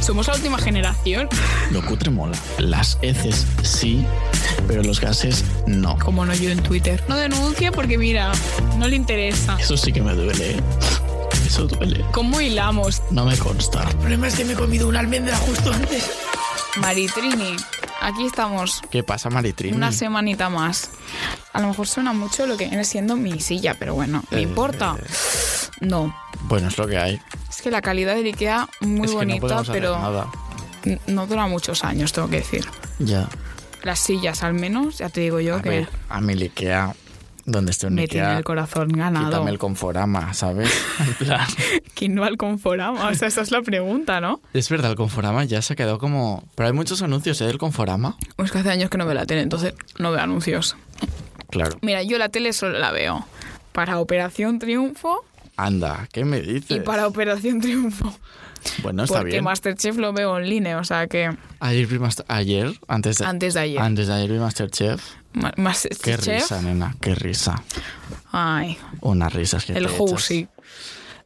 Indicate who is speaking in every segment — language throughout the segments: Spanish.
Speaker 1: somos la última generación.
Speaker 2: Lo cutre mola. Las heces sí, pero los gases no.
Speaker 1: Como no yo en Twitter. No denuncia porque mira, no le interesa.
Speaker 2: Eso sí que me duele. ¿eh? Eso duele.
Speaker 1: ¿Cómo hilamos?
Speaker 2: No me consta.
Speaker 3: El problema es que me he comido una almendra justo antes.
Speaker 1: Maritrini, aquí estamos.
Speaker 2: ¿Qué pasa, Maritrini?
Speaker 1: Una semanita más. A lo mejor suena mucho lo que viene siendo mi silla, pero bueno, ¿me
Speaker 2: Eh,
Speaker 1: importa? No.
Speaker 2: Bueno, es lo que hay.
Speaker 1: Es que la calidad del Ikea muy
Speaker 2: es que no
Speaker 1: bonita,
Speaker 2: podemos hacer
Speaker 1: pero
Speaker 2: nada.
Speaker 1: n- no dura muchos años, tengo que decir.
Speaker 2: Ya.
Speaker 1: Las sillas, al menos, ya te digo yo
Speaker 2: A
Speaker 1: que
Speaker 2: ver, a mi Ikea, donde esté un
Speaker 1: me tiene
Speaker 2: Ikea,
Speaker 1: el corazón ganado.
Speaker 2: quítame el conforama, ¿sabes? En plan,
Speaker 1: ¿Quién va al Conforama? O sea, esa es la pregunta, ¿no?
Speaker 2: es verdad, el conforama ya se ha quedado como... Pero hay muchos anuncios ¿eh, del conforama.
Speaker 1: Es que hace años que no veo la tele, entonces no veo anuncios.
Speaker 2: Claro.
Speaker 1: Mira, yo la tele solo la veo para Operación Triunfo
Speaker 2: Anda, ¿qué me dices?
Speaker 1: y para Operación Triunfo.
Speaker 2: Bueno, está
Speaker 1: porque
Speaker 2: bien.
Speaker 1: Masterchef lo veo en línea, o sea que
Speaker 2: Ayer, vi Master- ayer, antes de...
Speaker 1: antes de ayer.
Speaker 2: Antes de ayer vi Masterchef.
Speaker 1: Ma-
Speaker 2: Ah, Qué
Speaker 1: Masterchef.
Speaker 2: risa, nena, qué risa.
Speaker 1: Ay,
Speaker 2: Unas risas que
Speaker 1: el
Speaker 2: te
Speaker 1: Housi.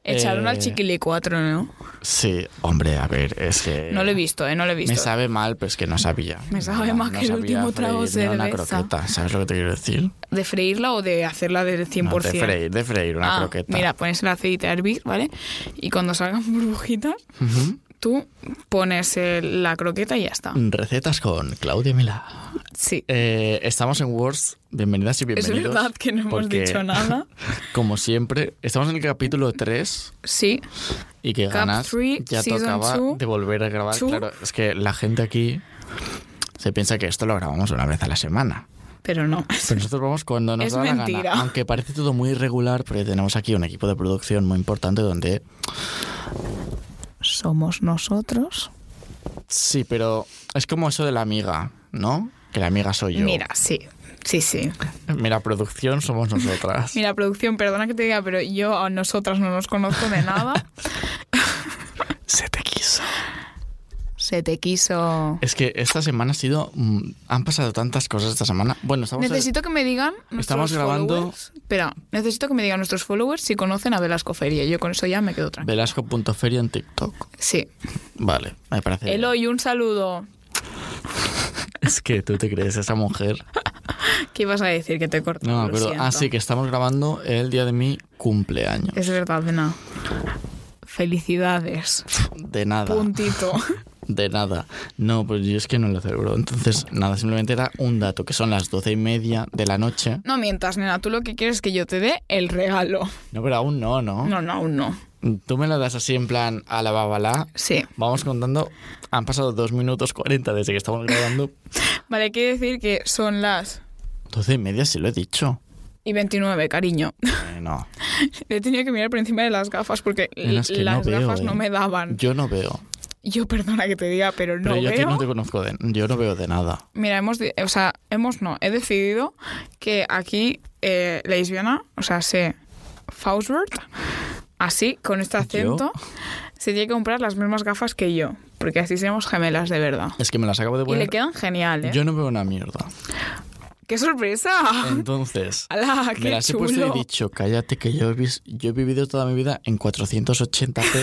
Speaker 1: Echaron
Speaker 2: Eh,
Speaker 1: al Chiquili 4, ¿no?
Speaker 2: echas. Sí, hombre, a ver, es que...
Speaker 1: No lo he visto, ¿eh? No lo he visto.
Speaker 2: Me sabe mal, pero es que no sabía.
Speaker 1: Me sabe
Speaker 2: Nada,
Speaker 1: más que el
Speaker 2: sabía
Speaker 1: último trago
Speaker 2: freír ni una
Speaker 1: cerveza.
Speaker 2: croqueta, ¿sabes lo que te quiero decir?
Speaker 1: ¿De freírla o de hacerla del 100%?
Speaker 2: No, de freír, de freír una
Speaker 1: Ah,
Speaker 2: croqueta.
Speaker 1: Mira, pones el aceite a hervir, ¿vale? Y cuando salgan burbujitas,
Speaker 2: Ujú.
Speaker 1: tú pones el- la croqueta y ya está.
Speaker 2: Mm. Recetas con Claudia Mila.
Speaker 1: Sí.
Speaker 2: Eh, estamos en Words, bienvenidas y
Speaker 1: Es
Speaker 2: bienvenidos.
Speaker 1: verdad que no hemos
Speaker 2: porque,
Speaker 1: dicho nada.
Speaker 2: Como siempre, estamos en el capítulo 3
Speaker 1: Sí.
Speaker 2: y que
Speaker 1: Cap
Speaker 2: ganas
Speaker 1: three,
Speaker 2: ya
Speaker 1: season
Speaker 2: tocaba
Speaker 1: two,
Speaker 2: de volver a grabar.
Speaker 1: two.
Speaker 2: Claro, es que la gente aquí se piensa que esto lo grabamos una vez a la semana.
Speaker 1: Pero no.
Speaker 2: Pero nosotros vamos cuando nos
Speaker 1: Es
Speaker 2: da la
Speaker 1: mentira.
Speaker 2: gana. Aunque parece todo muy irregular, porque tenemos aquí un equipo de producción muy importante donde
Speaker 1: Somos nosotros.
Speaker 2: Sí, pero es como eso de la amiga, ¿no? Que la amiga soy yo.
Speaker 1: Mira, sí. Sí, sí.
Speaker 2: Mira, producción somos nosotras.
Speaker 1: Mira, producción, perdona que te diga, pero yo a nosotras no nos conozco de nada.
Speaker 2: Se te quiso.
Speaker 1: Se te quiso.
Speaker 2: Es que esta semana ha sido. mm, Han pasado tantas cosas esta semana. Bueno, estamos.
Speaker 1: Necesito que me digan. nuestros
Speaker 2: Estamos grabando-
Speaker 1: followers- Espera, necesito que me digan nuestros followers si conocen a Velasco Feria. Yo con eso ya me quedo
Speaker 2: a
Speaker 1: tranquila.
Speaker 2: Velasco.feria en TikTok.
Speaker 1: Sí.
Speaker 2: Vale, me parece. bien.
Speaker 1: Eloy, un saludo.
Speaker 2: Es que tú te crees, esa mujer.
Speaker 1: ¿Qué ibas a decir? Que te corté.
Speaker 2: No me
Speaker 1: Lo
Speaker 2: acuerdo.
Speaker 1: siento. Eh,
Speaker 2: Ah, sí, que estamos grabando el día de mi cumpleaños.
Speaker 1: Es verdad, de nada. Felicidades.
Speaker 2: De nada.
Speaker 1: Puntito.
Speaker 2: De nada. No, pues yo es que no lo celebro. Entonces, nada, simplemente era un dato, que son las doce y media de la noche.
Speaker 1: No mientas, nena. Tú lo que quieres es que yo te dé el regalo.
Speaker 2: No, pero aún no, ¿no?
Speaker 1: No, no, aún no.
Speaker 2: Tú me la das así en plan a la babalá.
Speaker 1: Sí.
Speaker 2: Vamos contando. Han pasado 2 minutos 40 desde que estamos grabando.
Speaker 1: Vale, hay que decir que son las
Speaker 2: 12 y media, sí lo he dicho.
Speaker 1: y 29, cariño.
Speaker 2: Eh, no.
Speaker 1: He tenido que mirar por encima de las gafas porque
Speaker 2: Nena, es que
Speaker 1: las
Speaker 2: no veo,
Speaker 1: gafas
Speaker 2: eh.
Speaker 1: no me daban.
Speaker 2: Yo no veo.
Speaker 1: Yo perdona que te diga, pero no
Speaker 2: Pero yo a ti
Speaker 1: veo.
Speaker 2: no te conozco de. Yo no veo de nada.
Speaker 1: Mira, hemos, de- o sea, hemos no, he decidido que aquí eh, lesbiana, o sea, se Faustbert, así, con este acento, se tiene que comprar las mismas gafas que yo, porque así seremos gemelas de verdad.
Speaker 2: Es que me las acabo de
Speaker 1: y
Speaker 2: poner.
Speaker 1: le quedan ¿eh? geniales.
Speaker 2: Yo no veo una mierda.
Speaker 1: ¡Qué sorpresa!
Speaker 2: Entonces.
Speaker 1: ¡Hala, Ah, qué
Speaker 2: Me las he
Speaker 1: chulo!
Speaker 2: puesto y he dicho, cállate, que yo he, vis- yo he vivido toda mi vida en 480p,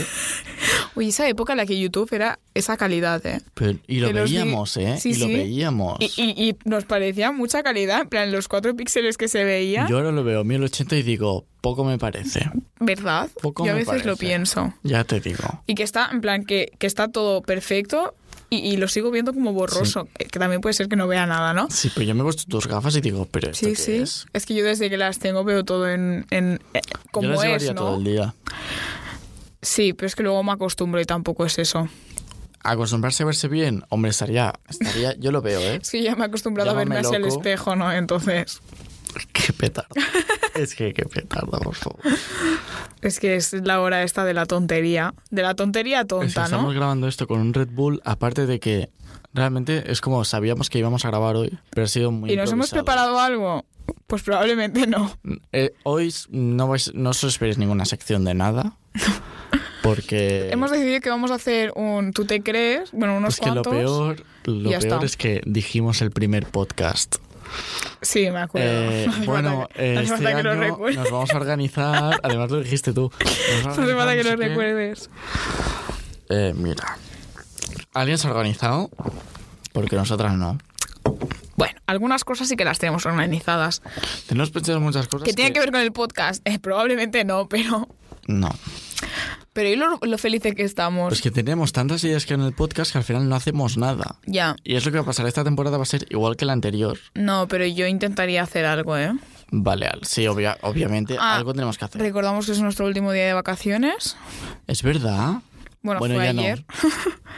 Speaker 1: Oye, esa época en la que YouTube era esa calidad, ¿eh?
Speaker 2: pero- y lo
Speaker 1: Que los vi-
Speaker 2: veíamos, ¿eh?
Speaker 1: Sí,
Speaker 2: y lo
Speaker 1: sí.
Speaker 2: veíamos.
Speaker 1: Y, y- y nos parecía mucha calidad, en plan, los cuatro píxeles que se veía,
Speaker 2: Yo ahora lo veo 1080 y digo, poco me parece.
Speaker 1: ¿verdad?
Speaker 2: Poco
Speaker 1: Yo a
Speaker 2: me
Speaker 1: veces lo
Speaker 2: parece.
Speaker 1: pienso.
Speaker 2: Ya te digo.
Speaker 1: Y que está, en plan, que, que está todo perfecto y, y lo sigo viendo como borroso, que- que también puede ser que no vea nada, ¿no?
Speaker 2: Sí, pero yo me he puesto tus gafas y digo, pero ¿esto
Speaker 1: Sí,
Speaker 2: qué
Speaker 1: sí.
Speaker 2: es?
Speaker 1: Es? que yo desde que las tengo veo todo en, en- eh,
Speaker 2: yo
Speaker 1: como
Speaker 2: las
Speaker 1: es,
Speaker 2: llevaría todo
Speaker 1: ¿no?
Speaker 2: el día.
Speaker 1: Sí, pero es que luego me acostumbro y tampoco es eso.
Speaker 2: Acostumbrarse a verse bien, hombre, estaría, estaría, yo lo veo, ¿eh?
Speaker 1: Es que ya me he acostumbrado
Speaker 2: Llámame
Speaker 1: a verme hacia el
Speaker 2: loco.
Speaker 1: espejo, ¿no? Entonces,
Speaker 2: Qué petardo. Es que qué petardo, por favor.
Speaker 1: es que es la hora esta de la tontería. De la tontería
Speaker 2: Es que
Speaker 1: tonta,
Speaker 2: estamos
Speaker 1: ¿no?
Speaker 2: grabando esto con un Red Bull, aparte de que realmente es como sabíamos que íbamos a grabar hoy, pero ha sido muy
Speaker 1: ¿Y nos hemos
Speaker 2: improvisado.
Speaker 1: preparado algo? Pues probablemente no.
Speaker 2: Eh, hoy no, vais, no os esperéis ninguna sección de nada, porque...
Speaker 1: Hemos decidido que vamos a hacer un ¿tú te crees? Bueno, unos
Speaker 2: es Pues que lo
Speaker 1: cuantos.
Speaker 2: peor, lo
Speaker 1: ya
Speaker 2: peor
Speaker 1: está.
Speaker 2: es que dijimos el primer podcast.
Speaker 1: Sí, me acuerdo.
Speaker 2: Eh,
Speaker 1: No hace
Speaker 2: bueno,
Speaker 1: falta que- no
Speaker 2: eh,
Speaker 1: hace
Speaker 2: este
Speaker 1: falta que lo
Speaker 2: año
Speaker 1: recuerde.
Speaker 2: nos vamos a organizar. Además lo dijiste tú. Nos vamos a
Speaker 1: No hace falta
Speaker 2: organizar,
Speaker 1: que
Speaker 2: no
Speaker 1: lo
Speaker 2: sé qué.
Speaker 1: recuerdes.
Speaker 2: Eh, mira, alguien se ha organizado, porque nosotras no.
Speaker 1: Bueno, algunas cosas sí que las tenemos organizadas.
Speaker 2: Tenemos pensado muchas cosas.
Speaker 1: ¿Que tiene que ver con el podcast? Eh, probablemente no, pero...
Speaker 2: No.
Speaker 1: Pero ¿y lo, lo felices que estamos?
Speaker 2: Pues que tenemos tantas ideas que en el podcast que al final no hacemos nada.
Speaker 1: Ya.
Speaker 2: Y es lo que va a pasar. Esta temporada va a ser igual que la anterior.
Speaker 1: No, pero yo intentaría hacer algo, ¿eh?
Speaker 2: Vale, al- sí, obvia- obviamente
Speaker 1: Ah,
Speaker 2: algo tenemos que hacer.
Speaker 1: Recordamos que es nuestro último día de vacaciones.
Speaker 2: ¿Es verdad?
Speaker 1: Bueno, fue ayer.
Speaker 2: no.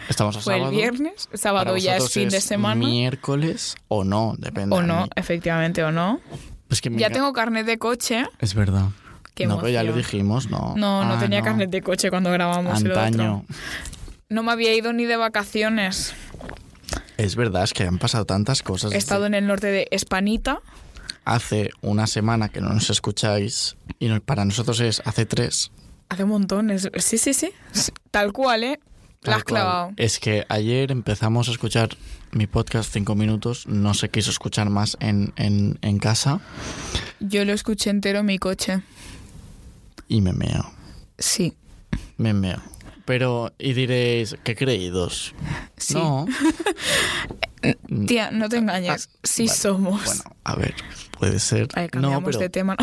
Speaker 2: Estamos a
Speaker 1: Fue
Speaker 2: sábado.
Speaker 1: el viernes. Sábado
Speaker 2: Para
Speaker 1: ya es
Speaker 2: vosotros
Speaker 1: fin de semana.
Speaker 2: Miércoles o no, depende.
Speaker 1: O
Speaker 2: a
Speaker 1: no,
Speaker 2: mí.
Speaker 1: efectivamente, o no.
Speaker 2: Pues que me
Speaker 1: Ya
Speaker 2: enca-
Speaker 1: tengo carnet de coche.
Speaker 2: Es verdad.
Speaker 1: Qué
Speaker 2: no, pero ya lo
Speaker 1: emoción.
Speaker 2: dijimos, no.
Speaker 1: No, no
Speaker 2: Ah,
Speaker 1: tenía carnet de coche cuando grabamos el
Speaker 2: Antaño.
Speaker 1: otro. No me había ido ni de vacaciones.
Speaker 2: Es verdad, es que han pasado tantas cosas.
Speaker 1: He estado en el norte de Espanita.
Speaker 2: Hace una semana que no nos escucháis y no- para nosotros es hace tres.
Speaker 1: Hace un montón. es- Sí, sí, sí. Tal cual, ¿eh?
Speaker 2: Tal
Speaker 1: La has
Speaker 2: cual.
Speaker 1: clavado.
Speaker 2: Es que ayer empezamos a escuchar mi podcast cinco minutos, no se quiso escuchar más en, en, en casa
Speaker 1: Yo lo escuché entero en mi coche.
Speaker 2: y me meo,
Speaker 1: Sí.
Speaker 2: me meo. Pero, y diréis, ¿qué creídos?
Speaker 1: Sí.
Speaker 2: No, Ah,
Speaker 1: Tía, no te engañes. sí
Speaker 2: vale.
Speaker 1: somos.
Speaker 2: bueno, a ver, puede ser.
Speaker 1: Ay,
Speaker 2: no,
Speaker 1: cambiamos
Speaker 2: pero,
Speaker 1: de tema.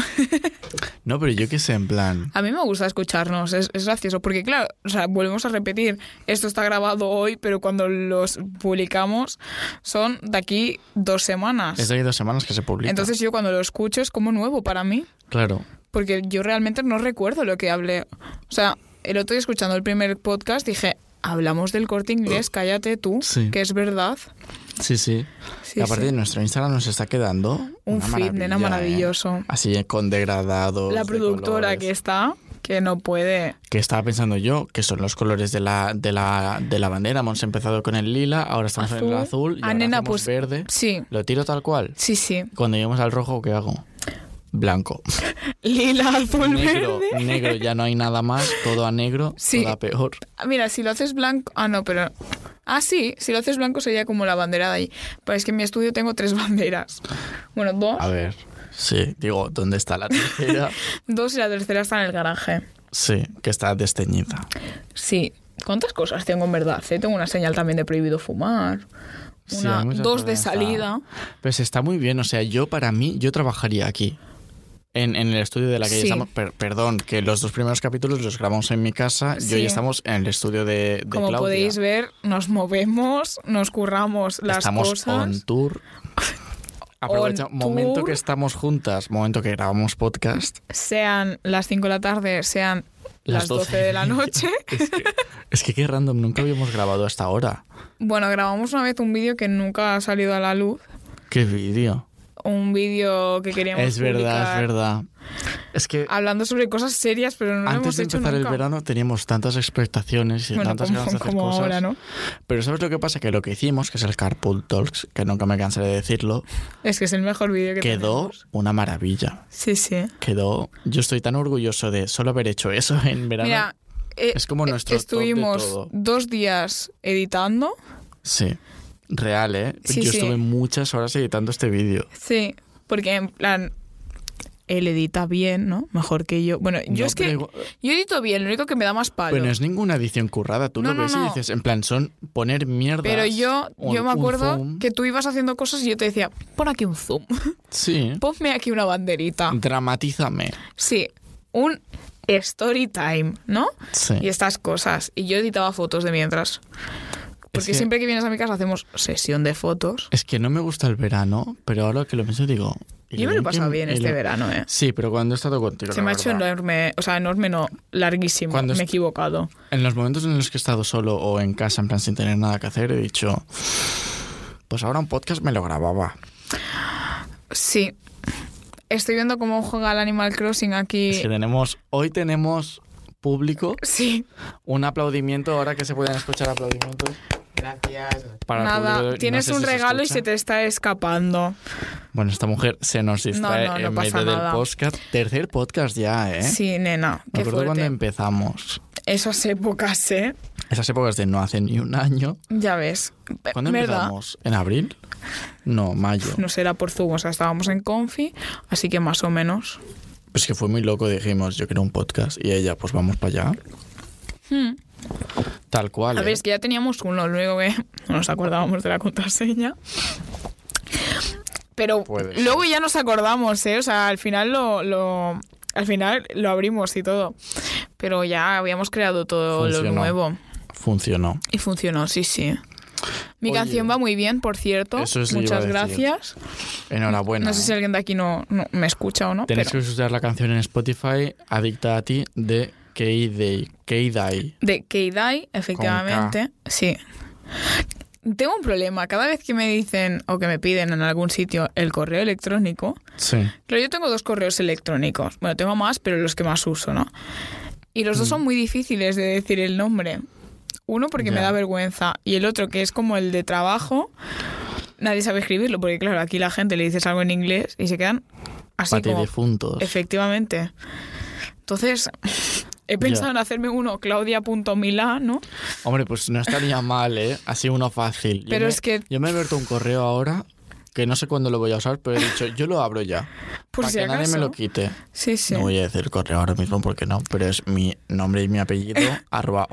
Speaker 2: no, pero yo qué sé, en plan,
Speaker 1: A mí me gusta escucharnos, es, es gracioso, porque claro, o sea, volvemos a repetir, esto está grabado hoy, pero cuando los publicamos son de aquí dos semanas.
Speaker 2: es de ahí dos semanas que se publica.
Speaker 1: Entonces yo cuando lo escucho es como nuevo para mí,
Speaker 2: claro,
Speaker 1: porque yo realmente no recuerdo lo que hablé. O sea, el otro día escuchando el primer podcast dije, hablamos del corte inglés, cállate tú,
Speaker 2: Sí.
Speaker 1: que es verdad.
Speaker 2: sí, sí.
Speaker 1: Sí,
Speaker 2: y aparte
Speaker 1: sí.
Speaker 2: de nuestro Instagram nos está quedando
Speaker 1: Un
Speaker 2: una
Speaker 1: feed, nena,
Speaker 2: maravilla, ¿eh?
Speaker 1: maravilloso.
Speaker 2: Así eh, con degradados.
Speaker 1: La
Speaker 2: de
Speaker 1: productora
Speaker 2: colores.
Speaker 1: que está, que no puede...
Speaker 2: que estaba pensando yo, que son los colores de la, de la, de la bandera. Hemos empezado con el lila, ahora estamos en el
Speaker 1: Azul.
Speaker 2: azul y
Speaker 1: Ah,
Speaker 2: ahora
Speaker 1: nena,
Speaker 2: hacemos
Speaker 1: pues-
Speaker 2: verde.
Speaker 1: Sí,
Speaker 2: Lo tiro tal cual.
Speaker 1: sí, sí.
Speaker 2: Cuando lleguemos al rojo, ¿qué hago? Blanco.
Speaker 1: Lila, azul,
Speaker 2: Negro,
Speaker 1: verde.
Speaker 2: negro, ya no hay nada más, todo a negro,
Speaker 1: Sí.
Speaker 2: todo a peor.
Speaker 1: Ah, Mira, si lo haces blanco. Ah, no, pero. Ah, sí, si lo haces blanco sería como la bandera de ahí. Pero es que en mi estudio tengo tres banderas. Bueno, dos.
Speaker 2: A ver. Sí, digo, ¿dónde está la tercera?
Speaker 1: Dos y la tercera está en el garaje.
Speaker 2: Sí, que está desteñida.
Speaker 1: Sí. ¿Cuántas cosas tengo en verdad? eh? Tengo una señal también de prohibido fumar.
Speaker 2: Sí,
Speaker 1: una-
Speaker 2: hay muchas
Speaker 1: dos de
Speaker 2: cosas.
Speaker 1: salida.
Speaker 2: Pues está muy bien, o sea, yo para mí, yo trabajaría aquí. En, en el estudio de la que ya
Speaker 1: Sí.
Speaker 2: estamos. per- perdón, que los dos primeros capítulos los grabamos en mi casa y hoy
Speaker 1: Sí.
Speaker 2: estamos en el estudio de, de
Speaker 1: Como
Speaker 2: Claudia.
Speaker 1: podéis ver, nos movemos, nos curramos las
Speaker 2: estamos
Speaker 1: cosas.
Speaker 2: on tour. Aprovecha,
Speaker 1: On
Speaker 2: momento
Speaker 1: tour.
Speaker 2: que estamos juntas, momento que grabamos podcast.
Speaker 1: Sean las 5 de la tarde, sean
Speaker 2: Las
Speaker 1: las 12 de la noche.
Speaker 2: Es que, es que qué random, nunca habíamos grabado hasta ahora.
Speaker 1: Bueno, grabamos una vez un vídeo que nunca ha salido a la luz.
Speaker 2: Qué vídeo.
Speaker 1: un vídeo que queríamos
Speaker 2: Es verdad,
Speaker 1: publicar
Speaker 2: es verdad. Es que
Speaker 1: hablando sobre cosas serias, pero no lo
Speaker 2: antes
Speaker 1: hemos
Speaker 2: de
Speaker 1: hecho
Speaker 2: empezar el
Speaker 1: nunca.
Speaker 2: verano teníamos tantas expectaciones y
Speaker 1: bueno,
Speaker 2: tantas
Speaker 1: como,
Speaker 2: ganas de hacer
Speaker 1: como
Speaker 2: cosas.
Speaker 1: ahora, ¿no?
Speaker 2: Pero ¿sabes lo que pasa? Que lo que hicimos, que es el Carpool Talks, que nunca me cansaré de decirlo,
Speaker 1: Es que es el mejor vídeo que
Speaker 2: quedó
Speaker 1: tenemos.
Speaker 2: una maravilla.
Speaker 1: Sí, sí.
Speaker 2: Quedó. Yo estoy tan orgulloso de solo haber hecho eso en verano.
Speaker 1: Mira, eh,
Speaker 2: es como
Speaker 1: eh,
Speaker 2: nuestro top de
Speaker 1: estuvimos
Speaker 2: todo.
Speaker 1: dos días editando.
Speaker 2: Sí. Real, ¿eh?
Speaker 1: Sí,
Speaker 2: Yo
Speaker 1: sí.
Speaker 2: estuve muchas horas editando este vídeo.
Speaker 1: Sí, porque en plan él edita bien, ¿no? Mejor que yo. Bueno, yo
Speaker 2: No,
Speaker 1: es que
Speaker 2: pero igual-
Speaker 1: yo edito bien, lo único que me da más palo.
Speaker 2: Pero no es ninguna edición currada. Tú
Speaker 1: No,
Speaker 2: lo
Speaker 1: no,
Speaker 2: ves y
Speaker 1: no.
Speaker 2: dices, en plan, son poner mierda.
Speaker 1: Pero yo, yo me acuerdo que tú ibas haciendo cosas y yo te decía, pon aquí un zoom,
Speaker 2: Sí.
Speaker 1: ponme aquí una banderita.
Speaker 2: Dramatízame.
Speaker 1: Sí, un story time, ¿no?
Speaker 2: Sí.
Speaker 1: Y estas cosas. Y yo editaba fotos de mientras. Porque
Speaker 2: Es que-
Speaker 1: siempre que vienes a mi casa hacemos sesión de fotos.
Speaker 2: Es que no me gusta el verano, pero ahora que lo pienso digo... y
Speaker 1: Yo me lo he
Speaker 2: bien que-
Speaker 1: pasado bien
Speaker 2: y
Speaker 1: este
Speaker 2: lo-
Speaker 1: verano, ¿eh?
Speaker 2: Sí, pero cuando he estado contigo,
Speaker 1: Se
Speaker 2: la
Speaker 1: me ha hecho
Speaker 2: verdad.
Speaker 1: enorme, o sea, enorme no, larguísimo.
Speaker 2: Cuando
Speaker 1: me he
Speaker 2: est-
Speaker 1: equivocado.
Speaker 2: En los momentos en los que he estado solo o en casa, en plan sin tener nada que hacer, he dicho, pues ahora un podcast me lo grababa.
Speaker 1: Sí. Estoy viendo cómo juega el Animal Crossing aquí.
Speaker 2: Es que tenemos, hoy tenemos público,
Speaker 1: Sí,
Speaker 2: un aplaudimiento, ahora que se pueden escuchar aplaudimientos. Gracias.
Speaker 1: nada. Tienes un regalo y se te está escapando.
Speaker 2: Bueno, esta mujer se nos distrae
Speaker 1: No, no, no
Speaker 2: en
Speaker 1: pasa
Speaker 2: medio del
Speaker 1: nada.
Speaker 2: podcast. Tercer podcast ya, ¿eh?
Speaker 1: Sí, nena.
Speaker 2: Me
Speaker 1: Qué
Speaker 2: acuerdo
Speaker 1: fuerte.
Speaker 2: cuando em- empezamos.
Speaker 1: Esas épocas, ¿eh?
Speaker 2: Esas épocas de no hace ni un año.
Speaker 1: Ya ves. Pe-
Speaker 2: ¿Cuándo
Speaker 1: ¿Verdad?
Speaker 2: empezamos? ¿En abril? No, mayo.
Speaker 1: no será por Zoom, o sea, estábamos en Confi, así que más o menos.
Speaker 2: Pues que fue muy loco, dijimos, yo quiero un podcast. Y ella, pues vamos para allá. Tal cual.
Speaker 1: Hmm. A ver,
Speaker 2: ¿eh?
Speaker 1: es que ya teníamos uno, luego que no nos acordábamos de la contraseña. Pero
Speaker 2: Puede
Speaker 1: luego ya nos acordamos, ¿eh? O sea, al final lo, lo- al final lo abrimos y todo. Pero ya habíamos creado todo lo
Speaker 2: Funcionó.
Speaker 1: nuevo.
Speaker 2: Funcionó.
Speaker 1: Y funcionó, sí, sí. Mi
Speaker 2: Oye.
Speaker 1: canción va muy bien, por cierto.
Speaker 2: Eso es lo que iba a
Speaker 1: Muchas
Speaker 2: decir.
Speaker 1: gracias.
Speaker 2: Enhorabuena.
Speaker 1: no sé si alguien de aquí no, no me escucha o no.
Speaker 2: Tenéis
Speaker 1: pero-
Speaker 2: que escuchar la canción en Spotify, Adicta a ti, de K-Day. K-Day.
Speaker 1: De Keidai, efectivamente. Sí. Tengo un problema. Cada vez que me dicen o que me piden en algún sitio el correo electrónico,
Speaker 2: Sí.
Speaker 1: claro, yo tengo dos correos electrónicos. Bueno, tengo más, pero los que más uso, ¿no? Y los dos son muy difíciles de decir el nombre. Uno porque me
Speaker 2: Ya.
Speaker 1: da vergüenza y el otro que es como el de trabajo. Nadie sabe escribirlo porque, claro, aquí la gente le dices algo en inglés y se quedan así
Speaker 2: Pati
Speaker 1: como...
Speaker 2: difuntos.
Speaker 1: Efectivamente. Entonces, he pensado en hacerme uno claudia.milá, ¿no?
Speaker 2: Hombre, pues no estaría mal, ¿eh? Así uno fácil. Yo
Speaker 1: Pero
Speaker 2: me-
Speaker 1: es que-
Speaker 2: Yo me he abierto un correo ahora que no sé cuándo lo voy a usar, pero he dicho, yo lo abro ya.
Speaker 1: Por
Speaker 2: para
Speaker 1: si
Speaker 2: que nadie
Speaker 1: acaso.
Speaker 2: me lo quite.
Speaker 1: Sí, sí.
Speaker 2: No voy a decir el correo ahora mismo porque no, pero es mi nombre y mi apellido, arroba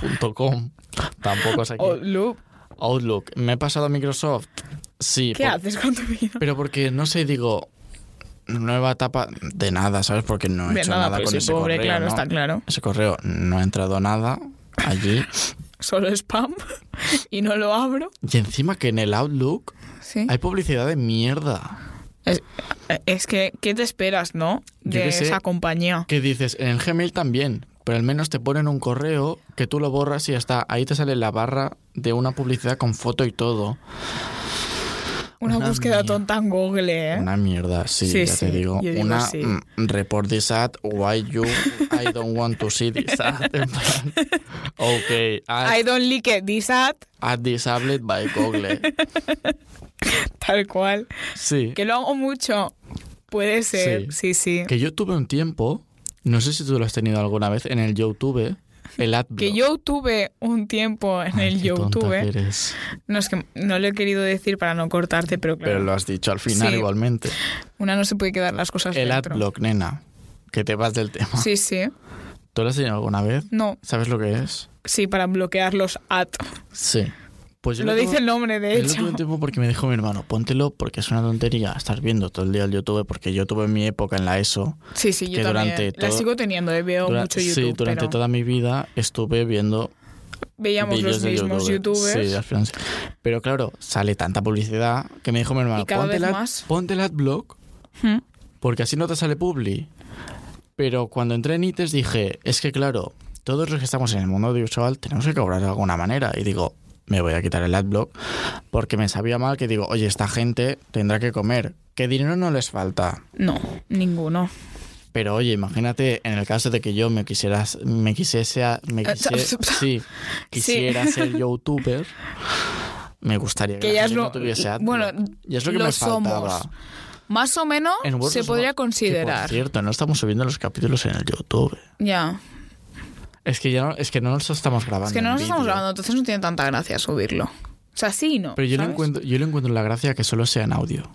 Speaker 2: outlook.com. Tampoco es aquí.
Speaker 1: O Lu,
Speaker 2: Outlook. ¿Me he pasado a Microsoft? Sí.
Speaker 1: ¿qué
Speaker 2: por-
Speaker 1: haces con tu vida?
Speaker 2: Pero porque, no sé, digo, nueva etapa de nada, ¿sabes? Porque no he
Speaker 1: De
Speaker 2: hecho
Speaker 1: nada,
Speaker 2: nada,
Speaker 1: pero
Speaker 2: con
Speaker 1: sí,
Speaker 2: ese
Speaker 1: pobre,
Speaker 2: correo.
Speaker 1: claro,
Speaker 2: ¿no?
Speaker 1: está claro.
Speaker 2: Ese correo no ha entrado nada allí.
Speaker 1: Solo spam y no lo abro.
Speaker 2: Y encima que en el Outlook
Speaker 1: Sí.
Speaker 2: hay publicidad de mierda.
Speaker 1: Es, es que, ¿qué te esperas, no?
Speaker 2: Yo
Speaker 1: De
Speaker 2: qué sé.
Speaker 1: esa compañía.
Speaker 2: Que dices, en el Gmail también, pero al menos te ponen un correo que tú lo borras y ya está. Ahí te sale la barra de una publicidad con foto y todo.
Speaker 1: Una,
Speaker 2: Una
Speaker 1: búsqueda
Speaker 2: mierda.
Speaker 1: tonta en Google, ¿eh?
Speaker 2: Una mierda, sí,
Speaker 1: Sí,
Speaker 2: ya
Speaker 1: sí,
Speaker 2: te digo.
Speaker 1: yo digo
Speaker 2: una
Speaker 1: sí.
Speaker 2: mm, report this ad, why you, I don't want to see this ad. En plan, ok,
Speaker 1: I
Speaker 2: ad,
Speaker 1: don't like it, this ad,
Speaker 2: ad disabled by Google.
Speaker 1: tal cual.
Speaker 2: Sí.
Speaker 1: Que lo hago mucho. Puede ser, sí, sí.
Speaker 2: Que yo tuve un tiempo, no sé si tú lo has tenido alguna vez, en el YouTube, el ad
Speaker 1: Que yo tuve un tiempo en el YouTube. No es que no lo he querido decir para no cortarte, pero claro,
Speaker 2: Pero lo has dicho al final
Speaker 1: Sí.
Speaker 2: igualmente.
Speaker 1: una no se puede quedar las cosas
Speaker 2: El
Speaker 1: dentro.
Speaker 2: adblock, nena. Que te vas del tema.
Speaker 1: Sí, sí.
Speaker 2: ¿Tú lo has tenido alguna vez?
Speaker 1: No,
Speaker 2: ¿Sabes lo que es?
Speaker 1: sí, para bloquear los ad.
Speaker 2: Sí. Pues yo
Speaker 1: Lo
Speaker 2: tuve-
Speaker 1: dice el nombre, de
Speaker 2: yo lo tuve
Speaker 1: hecho.
Speaker 2: un tiempo porque me dijo mi hermano, póntelo porque es una tontería estar viendo todo el día el YouTube porque yo tuve mi época en la ESO.
Speaker 1: Sí, sí, yo
Speaker 2: que
Speaker 1: también.
Speaker 2: durante
Speaker 1: La
Speaker 2: todo-
Speaker 1: sigo teniendo, eh, veo
Speaker 2: Dura-
Speaker 1: mucho YouTube,
Speaker 2: sí, durante
Speaker 1: pero
Speaker 2: toda mi vida estuve viendo
Speaker 1: veíamos
Speaker 2: vídeos
Speaker 1: los
Speaker 2: de
Speaker 1: mismos
Speaker 2: YouTube.
Speaker 1: youtubers.
Speaker 2: Sí, al final sí. Pero claro, sale tanta publicidad que me dijo mi hermano,
Speaker 1: Y cada
Speaker 2: ponte,
Speaker 1: vez
Speaker 2: el ad-
Speaker 1: más".
Speaker 2: ponte el adblock
Speaker 1: Hmm.
Speaker 2: porque así no te sale publi. Pero cuando entré en ITES dije, es que claro, todos los que estamos en el mundo audiovisual tenemos que cobrar de alguna manera. Y digo, me voy a quitar el adblock porque me sabía mal que digo, oye, esta gente tendrá que comer, que dinero no les falta.
Speaker 1: No, ninguno.
Speaker 2: Pero oye, imagínate en el caso de que yo me quisiera, me quisiese, a-
Speaker 1: Eh,
Speaker 2: me quise- sí, quisiera ser youtuber, me gustaría
Speaker 1: Que
Speaker 2: que, la
Speaker 1: ya
Speaker 2: gente
Speaker 1: es lo-
Speaker 2: no tuviese adblock.
Speaker 1: bueno,
Speaker 2: y es lo que
Speaker 1: lo
Speaker 2: me
Speaker 1: somos.
Speaker 2: faltaba.
Speaker 1: Más o menos
Speaker 2: En Word
Speaker 1: se
Speaker 2: somos-
Speaker 1: podría
Speaker 2: que, por
Speaker 1: considerar.
Speaker 2: cierto, no estamos subiendo los capítulos en el YouTube.
Speaker 1: Ya.
Speaker 2: Es que ya no, es que no los estamos grabando.
Speaker 1: Es que
Speaker 2: en
Speaker 1: no nos estamos
Speaker 2: vídeo.
Speaker 1: grabando, entonces no tiene tanta gracia subirlo. O sea, sí y no.
Speaker 2: Pero yo le
Speaker 1: ¿sabes?
Speaker 2: encuentro, yo le encuentro la gracia que solo sea en audio.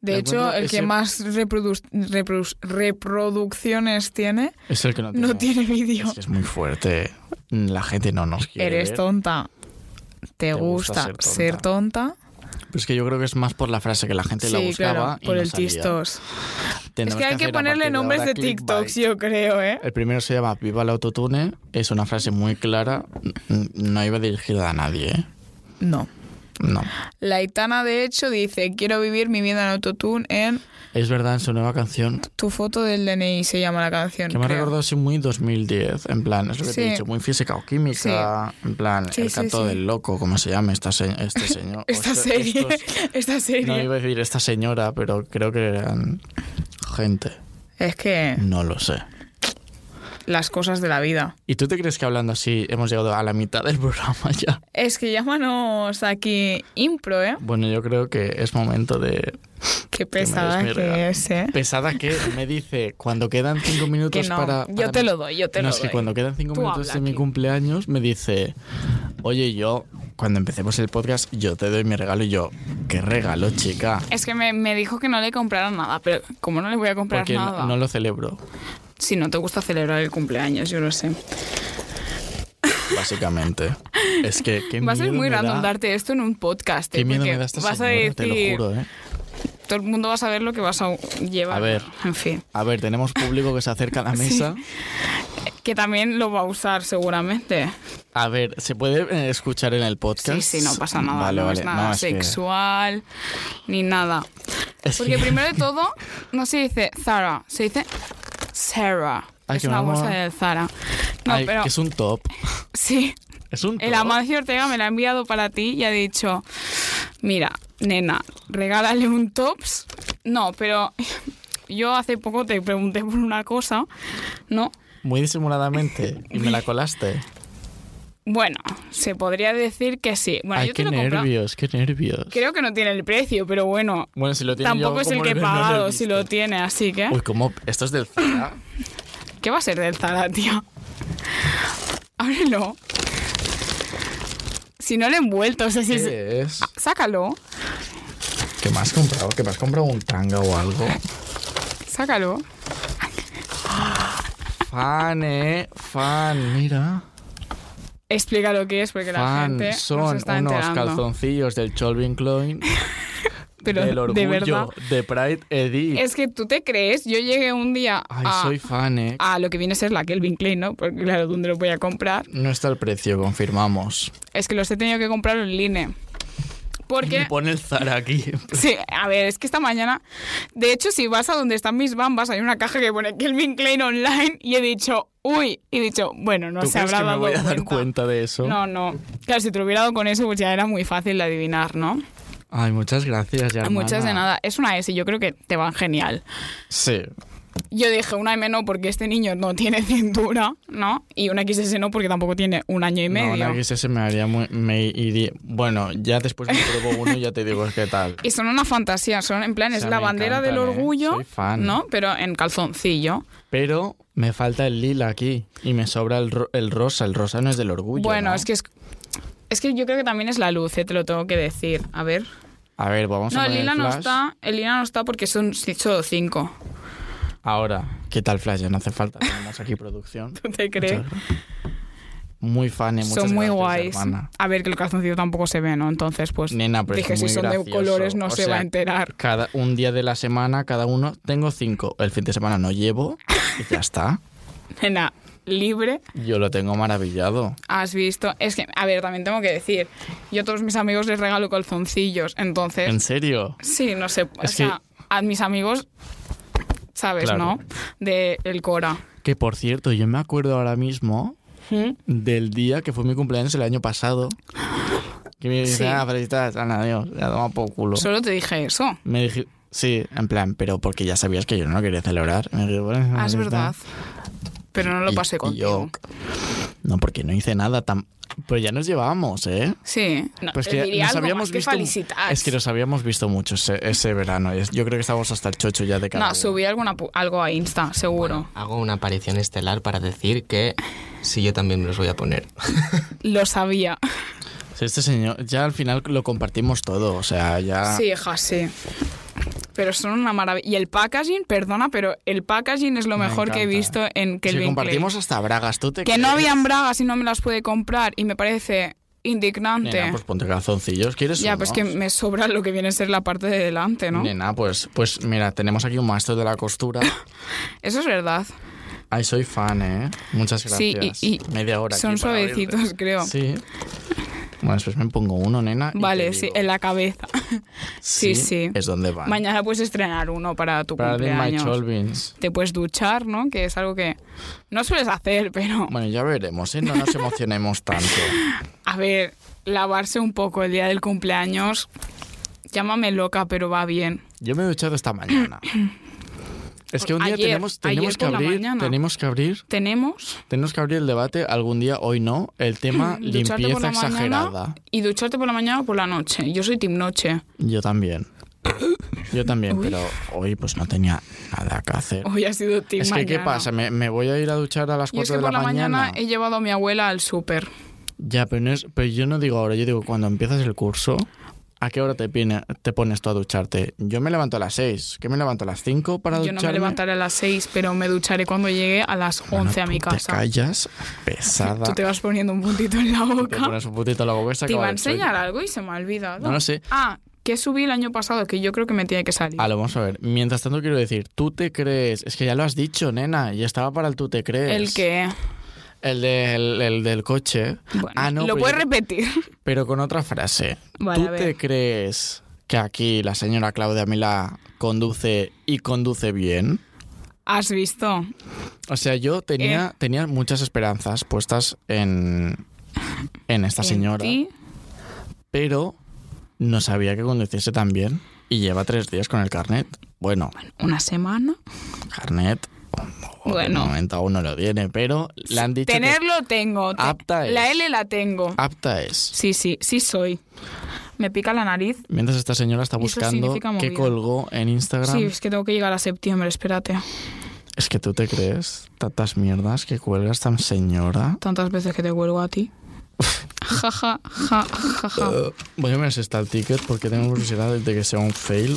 Speaker 1: De
Speaker 2: le
Speaker 1: hecho,
Speaker 2: encuentro
Speaker 1: el que
Speaker 2: ese-
Speaker 1: más reproduc- reproduc- reproducciones tiene
Speaker 2: Es el que no tiene.
Speaker 1: no tiene vídeo.
Speaker 2: Ah, Es que es muy fuerte. La gente no nos quiere.
Speaker 1: Eres
Speaker 2: ver.
Speaker 1: tonta. Te,
Speaker 2: Te
Speaker 1: gusta,
Speaker 2: gusta
Speaker 1: ser
Speaker 2: ser
Speaker 1: tonta.
Speaker 2: Pero es que yo creo que es más por la frase que la gente la
Speaker 1: Sí,
Speaker 2: buscaba.
Speaker 1: claro,
Speaker 2: y
Speaker 1: por
Speaker 2: no
Speaker 1: el
Speaker 2: salía.
Speaker 1: tistos. Es
Speaker 2: Tenemos
Speaker 1: que hay que
Speaker 2: hacer a
Speaker 1: ponerle
Speaker 2: partir
Speaker 1: nombres
Speaker 2: ahora
Speaker 1: de TikToks,
Speaker 2: clickbait.
Speaker 1: yo creo, ¿eh?
Speaker 2: El primero se llama Viva el autotune. Es una frase muy clara. n- No iba dirigida a nadie. ¿eh?
Speaker 1: No.
Speaker 2: No.
Speaker 1: La Itana, de hecho, dice: Quiero vivir mi vida en autotune en
Speaker 2: Es verdad, en su nueva canción.
Speaker 1: tu foto del DNI, se llama la canción.
Speaker 2: Que me ha
Speaker 1: creo.
Speaker 2: recordado así muy 2010. En plan, es lo que te
Speaker 1: Sí.
Speaker 2: he dicho. Muy física o química. En plan,
Speaker 1: Sí,
Speaker 2: el
Speaker 1: sí,
Speaker 2: canto
Speaker 1: sí.
Speaker 2: del loco, como se llama esta se- este señor. o
Speaker 1: Esta
Speaker 2: esto-
Speaker 1: serie.
Speaker 2: estos-
Speaker 1: Esta serie.
Speaker 2: no iba a decir esta señora, pero creo que eran gente.
Speaker 1: Es que
Speaker 2: No lo sé.
Speaker 1: las cosas de la vida.
Speaker 2: ¿Y tú te crees que hablando así hemos llegado a la mitad del programa ya?
Speaker 1: Es que llámanos aquí impro, ¿eh?
Speaker 2: Bueno, yo creo que es momento de...
Speaker 1: Qué
Speaker 2: me des
Speaker 1: pesada
Speaker 2: mi
Speaker 1: que,
Speaker 2: regalo.
Speaker 1: es, ¿eh?
Speaker 2: Pesada que me dice cuando quedan cinco
Speaker 1: Que
Speaker 2: minutos
Speaker 1: no.
Speaker 2: para,
Speaker 1: Yo
Speaker 2: para
Speaker 1: te
Speaker 2: mi-
Speaker 1: lo doy, yo te
Speaker 2: no,
Speaker 1: lo
Speaker 2: es
Speaker 1: doy.
Speaker 2: que cuando quedan cinco
Speaker 1: Tú
Speaker 2: minutos
Speaker 1: habla
Speaker 2: de mi
Speaker 1: aquí.
Speaker 2: cumpleaños me dice, oye, yo, cuando empecemos el podcast, yo te doy mi regalo y yo, ¿qué regalo, chica?
Speaker 1: Es que me, me dijo que no le comprara nada, pero como no le voy a comprar
Speaker 2: Porque
Speaker 1: nada.
Speaker 2: no, no lo celebro.
Speaker 1: Si no te gusta celebrar el cumpleaños, yo lo sé.
Speaker 2: básicamente. Es que qué
Speaker 1: Va a ser
Speaker 2: miedo
Speaker 1: muy
Speaker 2: me
Speaker 1: random
Speaker 2: da-
Speaker 1: darte esto en un podcast. eh,
Speaker 2: Qué miedo
Speaker 1: porque
Speaker 2: me da esta
Speaker 1: vas a
Speaker 2: señora,
Speaker 1: decir,
Speaker 2: te lo juro, ¿eh?
Speaker 1: Todo el mundo va a saber lo que vas a llevar.
Speaker 2: A ver.
Speaker 1: En fin.
Speaker 2: A ver, tenemos público que se acerca a la mesa.
Speaker 1: Que también lo va a usar seguramente.
Speaker 2: A ver, ¿se puede eh, escuchar en el podcast?
Speaker 1: Sí, sí, no pasa nada.
Speaker 2: Vale,
Speaker 1: no
Speaker 2: vale.
Speaker 1: es nada
Speaker 2: No, es que-
Speaker 1: sexual ni nada.
Speaker 2: es
Speaker 1: Porque
Speaker 2: que-
Speaker 1: primero de todo, no se dice Zara, se dice Sarah.
Speaker 2: Ay,
Speaker 1: es
Speaker 2: que
Speaker 1: una
Speaker 2: me
Speaker 1: bolsa
Speaker 2: mola.
Speaker 1: de Zara. No,
Speaker 2: Ay,
Speaker 1: pero
Speaker 2: que es un top.
Speaker 1: sí.
Speaker 2: Es un top.
Speaker 1: El Amancio Ortega me la ha enviado para ti y ha dicho, mira, nena, regálale un tops. No, pero yo hace poco te pregunté por una cosa, ¿no?
Speaker 2: Muy disimuladamente. Y me la colaste.
Speaker 1: Bueno, se podría decir que sí. Bueno,
Speaker 2: Ay,
Speaker 1: yo te lo
Speaker 2: qué
Speaker 1: he comprado.
Speaker 2: nervios, qué nervios.
Speaker 1: Creo que no tiene el precio, pero bueno,
Speaker 2: Bueno, si lo tiene
Speaker 1: tampoco
Speaker 2: yo,
Speaker 1: es el
Speaker 2: ¿cómo
Speaker 1: que he
Speaker 2: no lo he
Speaker 1: pagado
Speaker 2: visto?
Speaker 1: si lo tiene, así que...
Speaker 2: Uy, ¿cómo? Esto es del Zara.
Speaker 1: ¿Qué va a ser del Zara, tío? Ábrelo. Si no lo he envuelto, o sea, si...
Speaker 2: ¿Qué es?
Speaker 1: Sácalo,
Speaker 2: ¿Qué más has comprado? ¿Qué más has comprado? ¿Un tanga o algo?
Speaker 1: sácalo.
Speaker 2: Fan, eh. Fan, mira.
Speaker 1: Explica lo que es porque la
Speaker 2: Fan,
Speaker 1: gente no se
Speaker 2: son
Speaker 1: está
Speaker 2: unos
Speaker 1: enterando.
Speaker 2: calzoncillos del Cholvin Klein
Speaker 1: Pero
Speaker 2: del
Speaker 1: de
Speaker 2: orgullo
Speaker 1: verdad,
Speaker 2: de Pride Edith.
Speaker 1: es ah. que tú te crees, yo llegué un día
Speaker 2: Ay,
Speaker 1: a,
Speaker 2: soy fan, eh.
Speaker 1: a lo que viene a ser la Kelvin Klein, ¿no? Porque claro, ¿dónde lo voy a comprar?
Speaker 2: No está el precio, confirmamos.
Speaker 1: Es que los he tenido que comprar en línea.
Speaker 2: Me
Speaker 1: Porque
Speaker 2: pone el Zara aquí.
Speaker 1: Sí, a ver, es que esta mañana, de hecho, si vas a donde están mis bambas, hay una caja que pone Kelvin Klein online y he dicho, uy, y he dicho, bueno, no
Speaker 2: ¿Tú
Speaker 1: se
Speaker 2: crees
Speaker 1: habrá
Speaker 2: que me
Speaker 1: dado
Speaker 2: voy a
Speaker 1: cuenta.
Speaker 2: dar cuenta de eso?
Speaker 1: No, no. Claro, si te lo hubiera dado con eso, pues ya era muy fácil de adivinar, ¿no?
Speaker 2: Ay, muchas gracias, ya.
Speaker 1: Muchas de nada. Es una S y yo creo que te van genial.
Speaker 2: Sí.
Speaker 1: Yo dije una M no porque este niño no tiene cintura, ¿no? Y una XS no porque tampoco tiene un año y medio.
Speaker 2: No, una XS me haría muy. Me iría. Bueno, ya después me pruebo uno y ya te digo qué tal.
Speaker 1: Y son una fantasía, son en plan,
Speaker 2: O
Speaker 1: es
Speaker 2: sea,
Speaker 1: la
Speaker 2: me
Speaker 1: bandera del
Speaker 2: encantan, ¿eh?
Speaker 1: orgullo,
Speaker 2: Soy fan.
Speaker 1: ¿no? Pero en calzoncillo.
Speaker 2: Pero me falta el lila aquí y me sobra el, ro- el rosa. El rosa no es del orgullo.
Speaker 1: Bueno,
Speaker 2: ¿no?
Speaker 1: es que es, es que yo creo que también es la luz, eh, te lo tengo que decir. A ver.
Speaker 2: A ver, vamos
Speaker 1: No,
Speaker 2: a
Speaker 1: el
Speaker 2: poner
Speaker 1: lila no
Speaker 2: flash.
Speaker 1: está, el lila no está porque son sí, solo cinco.
Speaker 2: Ahora, ¿qué tal flash? Ya no hace falta. Tenemos aquí producción.
Speaker 1: ¿Tú te crees?
Speaker 2: Muchas gracias. Muy fan y muchas
Speaker 1: Son muy
Speaker 2: gracias,
Speaker 1: guays.
Speaker 2: hermana.
Speaker 1: A ver, que el calzoncillo tampoco se ve, ¿no? Entonces, pues
Speaker 2: Nena, pero es
Speaker 1: dije, si
Speaker 2: muy
Speaker 1: son de
Speaker 2: gracioso.
Speaker 1: colores no
Speaker 2: O
Speaker 1: se
Speaker 2: sea,
Speaker 1: va a enterar.
Speaker 2: Cada un día de la semana, cada uno, tengo cinco. El fin de semana no llevo y ya está.
Speaker 1: Nena, libre,
Speaker 2: Yo lo tengo maravillado.
Speaker 1: has visto. Es que, a ver, también tengo que decir, yo a todos mis amigos les regalo calzoncillos, entonces...
Speaker 2: ¿En serio?
Speaker 1: Sí, no sé, o
Speaker 2: Es que-
Speaker 1: sea, a mis amigos, ¿sabes,
Speaker 2: Claro.
Speaker 1: no? De el Cora.
Speaker 2: Que por cierto, yo me acuerdo ahora mismo
Speaker 1: ¿Mm?
Speaker 2: del día que fue mi cumpleaños el año pasado. Que me
Speaker 1: Sí.
Speaker 2: dice, ah, felicidades, Ana, adiós, ya toma por culo.
Speaker 1: Solo te dije eso.
Speaker 2: Me dije, sí, en plan, pero porque ya sabías que yo no lo quería celebrar. Me dije, bueno,
Speaker 1: Ah, es
Speaker 2: felicidades.
Speaker 1: verdad. Pero no lo
Speaker 2: Y-
Speaker 1: pasé
Speaker 2: y
Speaker 1: contigo.
Speaker 2: yo, no, porque no hice nada tan. Pero ya nos llevábamos, ¿eh?
Speaker 1: Sí. No,
Speaker 2: Pues
Speaker 1: te
Speaker 2: que
Speaker 1: diría
Speaker 2: nos
Speaker 1: algo
Speaker 2: habíamos
Speaker 1: más que
Speaker 2: visto.
Speaker 1: felicitar.
Speaker 2: Es que nos habíamos visto mucho ese, ese verano. Es- Yo creo que estábamos hasta el chocho ya de cada
Speaker 1: No,
Speaker 2: uno.
Speaker 1: subí alguna, pu- algo a Insta, seguro.
Speaker 4: Hago una aparición estelar para decir que sí, yo también me los voy a poner.
Speaker 1: Lo sabía.
Speaker 2: Sí, Este señor, ya al final lo compartimos todo. O sea, ya.
Speaker 1: Sí, hija, sí. Pero son una maravilla. Y el packaging, perdona, pero el packaging es lo
Speaker 2: Me
Speaker 1: mejor que he
Speaker 2: encanta.
Speaker 1: visto en
Speaker 2: Si
Speaker 1: Kelvin
Speaker 2: compartimos hasta bragas, tú te
Speaker 1: Klein. Que no
Speaker 2: crees?
Speaker 1: habían bragas y no me las pude comprar y me parece indignante.
Speaker 2: Nena, pues ponte calzoncillos. ¿Quieres
Speaker 1: ya,
Speaker 2: unos?
Speaker 1: pues que me sobra lo que viene a ser la parte de delante, ¿no?
Speaker 2: Nena, pues, pues mira, tenemos aquí un maestro de la costura.
Speaker 1: Eso es verdad.
Speaker 2: Ay, soy fan, ¿eh? Muchas
Speaker 1: Sí,
Speaker 2: gracias.
Speaker 1: y- y
Speaker 2: Media hora. aquí
Speaker 1: Son
Speaker 2: para oírte.
Speaker 1: suavecitos, creo.
Speaker 2: Sí. Bueno, después me pongo uno, nena. y
Speaker 1: Vale,
Speaker 2: te
Speaker 1: sí,
Speaker 2: digo.
Speaker 1: en la cabeza. sí, sí.
Speaker 2: Es donde va.
Speaker 1: Mañana puedes estrenar uno para tu
Speaker 2: Para de My
Speaker 1: cumpleaños.
Speaker 2: Cholvins.
Speaker 1: Te puedes duchar, ¿no? Que es algo que no sueles hacer, pero
Speaker 2: Bueno, ya veremos, ¿eh? No nos emocionemos tanto.
Speaker 1: a ver, lavarse un poco el día del cumpleaños. Llámame loca, pero va bien.
Speaker 2: Yo me he duchado esta mañana. Es que un día
Speaker 1: Ayer,
Speaker 2: tenemos,
Speaker 1: ayer
Speaker 2: tenemos que
Speaker 1: por la
Speaker 2: abrir,
Speaker 1: mañana.
Speaker 2: tenemos que abrir,
Speaker 1: Tenemos
Speaker 2: tenemos que abrir el debate algún día, hoy no, el tema
Speaker 1: ducharte por
Speaker 2: limpieza
Speaker 1: la mañana
Speaker 2: exagerada.
Speaker 1: y ducharte por la mañana o por la noche. Yo soy team noche.
Speaker 2: Yo también. Yo también, pero hoy pues no tenía nada que hacer.
Speaker 1: Hoy ha sido team
Speaker 2: Eh, es que, ¿qué
Speaker 1: mañana.
Speaker 2: pasa? ¿Me, me voy a ir a duchar a las
Speaker 1: Y es
Speaker 2: 4
Speaker 1: que
Speaker 2: de
Speaker 1: por la mañana,
Speaker 2: mañana?
Speaker 1: he llevado a mi abuela al súper.
Speaker 2: Ya, pero, no es, pero yo no digo ahora, yo digo cuando empiezas el curso, ¿a qué hora te, pine- te pones tú a ducharte? Yo me levanto a las 6. ¿Qué me levanto a las 5 para
Speaker 1: Yo no me
Speaker 2: ducharme?
Speaker 1: levantaré a las 6, pero me ducharé cuando llegue a las 11
Speaker 2: Bueno,
Speaker 1: a mi
Speaker 2: tú Te
Speaker 1: casa.
Speaker 2: callas, pesada.
Speaker 1: Tú te vas poniendo un puntito en la
Speaker 2: Te
Speaker 1: boca.
Speaker 2: pones un putito la boca y se
Speaker 1: Te
Speaker 2: acaba
Speaker 1: iba a
Speaker 2: el sueño.
Speaker 1: enseñar algo y se me ha olvidado.
Speaker 2: No lo sé.
Speaker 1: Ah, que subí el año pasado, que yo creo que me tiene que salir.
Speaker 2: A lo vamos a ver. Mientras tanto, quiero decir, tú te crees. Es que ya lo has dicho, nena. Ya estaba para el tú te crees.
Speaker 1: El que...
Speaker 2: El, de- el- el del coche.
Speaker 1: Bueno,
Speaker 2: Ah, no,
Speaker 1: lo
Speaker 2: pero
Speaker 1: puedes
Speaker 2: yo-
Speaker 1: repetir.
Speaker 2: Pero con otra frase.
Speaker 1: Vale, a
Speaker 2: ¿Tú
Speaker 1: ver.
Speaker 2: te crees que aquí la señora Claudia Mila conduce y conduce bien?
Speaker 1: ¿Has visto?
Speaker 2: O sea, yo
Speaker 1: Eh.
Speaker 2: tenía, tenía muchas esperanzas puestas en, en esta
Speaker 1: En
Speaker 2: señora.
Speaker 1: ti,
Speaker 2: Pero no sabía que conduciese tan bien. Y lleva tres días con el carnet. Bueno,
Speaker 1: Una semana.
Speaker 2: carnet.
Speaker 1: Bueno.
Speaker 2: Bueno. De momento aún no lo tiene, pero le han dicho que Ah.
Speaker 1: Tenerlo tengo. Te-
Speaker 2: Apta es.
Speaker 1: La L la tengo.
Speaker 2: apta es.
Speaker 1: Sí, sí, sí soy. Me pica la nariz.
Speaker 2: Mientras esta señora está
Speaker 1: Eso
Speaker 2: buscando
Speaker 1: significa
Speaker 2: qué
Speaker 1: movida.
Speaker 2: colgó en Instagram.
Speaker 1: Sí, es que tengo que llegar a septiembre, espérate.
Speaker 2: Es que tú te crees tantas mierdas que cuelgas tan señora.
Speaker 1: Tantas veces que te vuelvo a ti. Ja, ja, ja, ja, ja.
Speaker 2: Eh, Voy a ver si está el ticket porque tengo curiosidad de que sea un fail.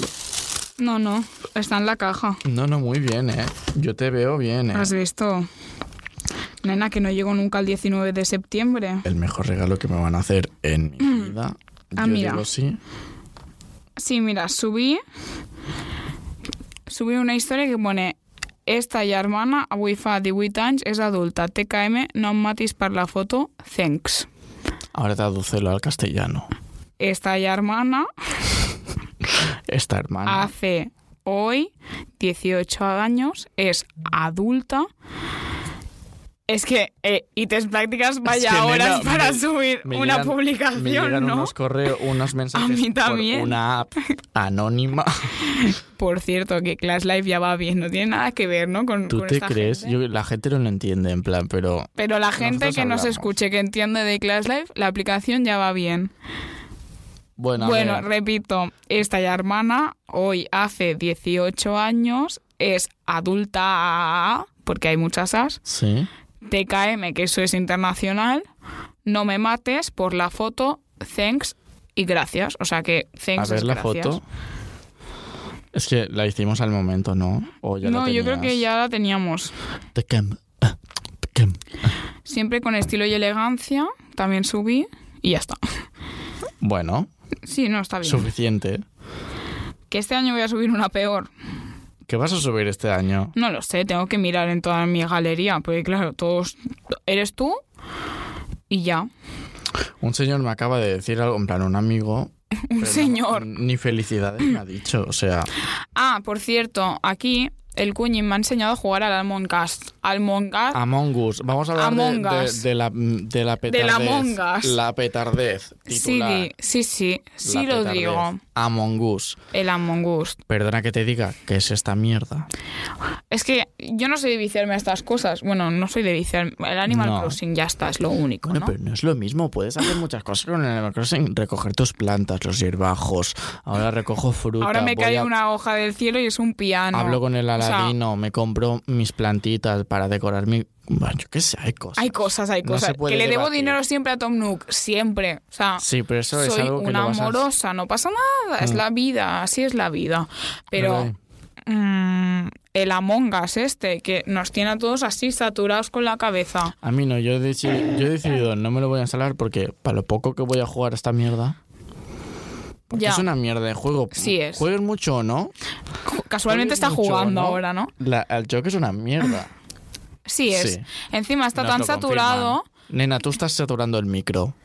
Speaker 1: No, no, está en la caja.
Speaker 2: No, no, muy bien, ¿eh? Yo te veo bien, ¿eh?
Speaker 1: ¿Has visto? Nena, que no llego nunca al 19 de septiembre.
Speaker 2: El mejor regalo que me van a hacer en mi vida.
Speaker 1: Ah,
Speaker 2: Yo
Speaker 1: mira.
Speaker 2: digo sí.
Speaker 1: Sí, mira, subí. Subí una historia que pone. Esta ya hermana, avui fa 18 anys, és adulta. TKM, no em matis per la foto, thanks.
Speaker 2: Ahora tradúcelo al castellano.
Speaker 1: Esta ya hermana
Speaker 2: Esta hermana.
Speaker 1: hace hoy 18 años, es adulta. Es que eh, y te prácticas vaya
Speaker 2: que, nena,
Speaker 1: horas para
Speaker 2: me-
Speaker 1: subir
Speaker 2: me
Speaker 1: una
Speaker 2: llegan- me
Speaker 1: publicación,
Speaker 2: llegan
Speaker 1: ¿no?
Speaker 2: unos correos, unos mensajes por
Speaker 1: también.
Speaker 2: una app anónima.
Speaker 1: Por cierto, que Class Life ya va bien, no tiene nada que ver, ¿no? Con,
Speaker 2: ¿Tú
Speaker 1: con
Speaker 2: te
Speaker 1: esta
Speaker 2: crees?
Speaker 1: gente.
Speaker 2: Yo, la gente no lo entiende, en plan, pero
Speaker 1: Pero la gente
Speaker 2: Nosotros
Speaker 1: que nos
Speaker 2: hablamos.
Speaker 1: escuche, que entiende de Class Life, la aplicación ya va bien.
Speaker 2: bueno, a
Speaker 1: bueno,
Speaker 2: ver,
Speaker 1: repito, esta ya hermana hoy hace 18 años, es adulta, porque hay muchas as,
Speaker 2: sí.
Speaker 1: TKM, que eso es internacional, no me mates por la foto, thanks y gracias. O sea que
Speaker 2: A
Speaker 1: thanks
Speaker 2: ver
Speaker 1: es
Speaker 2: la
Speaker 1: gracias.
Speaker 2: foto. Es que la hicimos al momento, ¿no? O ya la
Speaker 1: no, yo creo
Speaker 2: tenías.
Speaker 1: que ya la teníamos.
Speaker 2: Te quem- ah, te quem.
Speaker 1: Siempre con estilo y elegancia, también subí y ya está.
Speaker 2: Bueno,
Speaker 1: Sí, no, está bien.
Speaker 2: suficiente.
Speaker 1: Que este año voy a subir una peor.
Speaker 2: ¿Qué vas a subir este año?
Speaker 1: No lo sé, tengo que mirar en toda mi galería, porque claro, todos eres tú y ya.
Speaker 2: Un señor me acaba de decir algo, en plan, un amigo.
Speaker 1: Un
Speaker 2: pero no-
Speaker 1: señor.
Speaker 2: ni felicidades me ha dicho, o sea.
Speaker 1: Ah, por cierto, aquí el Cuñin me ha enseñado a jugar al Almond Cast. Almond Cast
Speaker 2: Among Us. Vamos a hablar de,
Speaker 1: Among
Speaker 2: de-
Speaker 1: Us.
Speaker 2: de la, de la
Speaker 1: Del
Speaker 2: petardez.
Speaker 1: Among Us.
Speaker 2: La petardez. Titular.
Speaker 1: Sí, sí, sí, sí
Speaker 2: La
Speaker 1: lo
Speaker 2: petardez.
Speaker 1: digo.
Speaker 2: Among Us.
Speaker 1: El Among Us.
Speaker 2: Perdona que te diga, ¿qué es esta mierda?
Speaker 1: Es que yo no soy de viciarme a estas cosas. Bueno, no soy de viciarme. El Animal
Speaker 2: No.
Speaker 1: Crossing ya está, es lo único, ¿no?
Speaker 2: Bueno, pero no es lo mismo. Puedes hacer muchas cosas con el Animal Crossing. Recoger tus plantas, los hierbajos. Ahora recojo fruta.
Speaker 1: Ahora me
Speaker 2: voy
Speaker 1: cae
Speaker 2: a-
Speaker 1: una hoja del cielo y es un piano.
Speaker 2: Hablo con el
Speaker 1: O sea,
Speaker 2: aladino, me compro mis plantitas para decorar mi... Bueno, yo qué sé, hay cosas.
Speaker 1: hay cosas, hay
Speaker 2: No
Speaker 1: cosas.
Speaker 2: se puede
Speaker 1: que le debo
Speaker 2: debatir.
Speaker 1: dinero siempre a Tom Nook, siempre. O sea,
Speaker 2: Sí, pero eso es
Speaker 1: soy
Speaker 2: algo que
Speaker 1: una
Speaker 2: lo vas a-
Speaker 1: amorosa, no pasa nada, es
Speaker 2: Mm.
Speaker 1: la vida, así es la vida. Pero
Speaker 2: ¿Verdad?
Speaker 1: mm, el Among Us este, que nos tiene a todos así saturados con la cabeza.
Speaker 2: A mí no, yo he, deci- yo he decidido no me lo voy a instalar porque para lo poco que voy a jugar a esta mierda... Porque
Speaker 1: Ya.
Speaker 2: es una mierda de juego.
Speaker 1: Sí es.
Speaker 2: Juegues mucho o no,
Speaker 1: Ju- Casualmente
Speaker 2: Juegues
Speaker 1: está
Speaker 2: mucho,
Speaker 1: jugando
Speaker 2: ¿no?
Speaker 1: ahora, ¿no?
Speaker 2: la- el choque es una mierda.
Speaker 1: Sí es.
Speaker 2: Sí.
Speaker 1: Encima está
Speaker 2: Nos
Speaker 1: tan
Speaker 2: lo
Speaker 1: saturado.
Speaker 2: confirman. Nena, tú estás saturando el micro.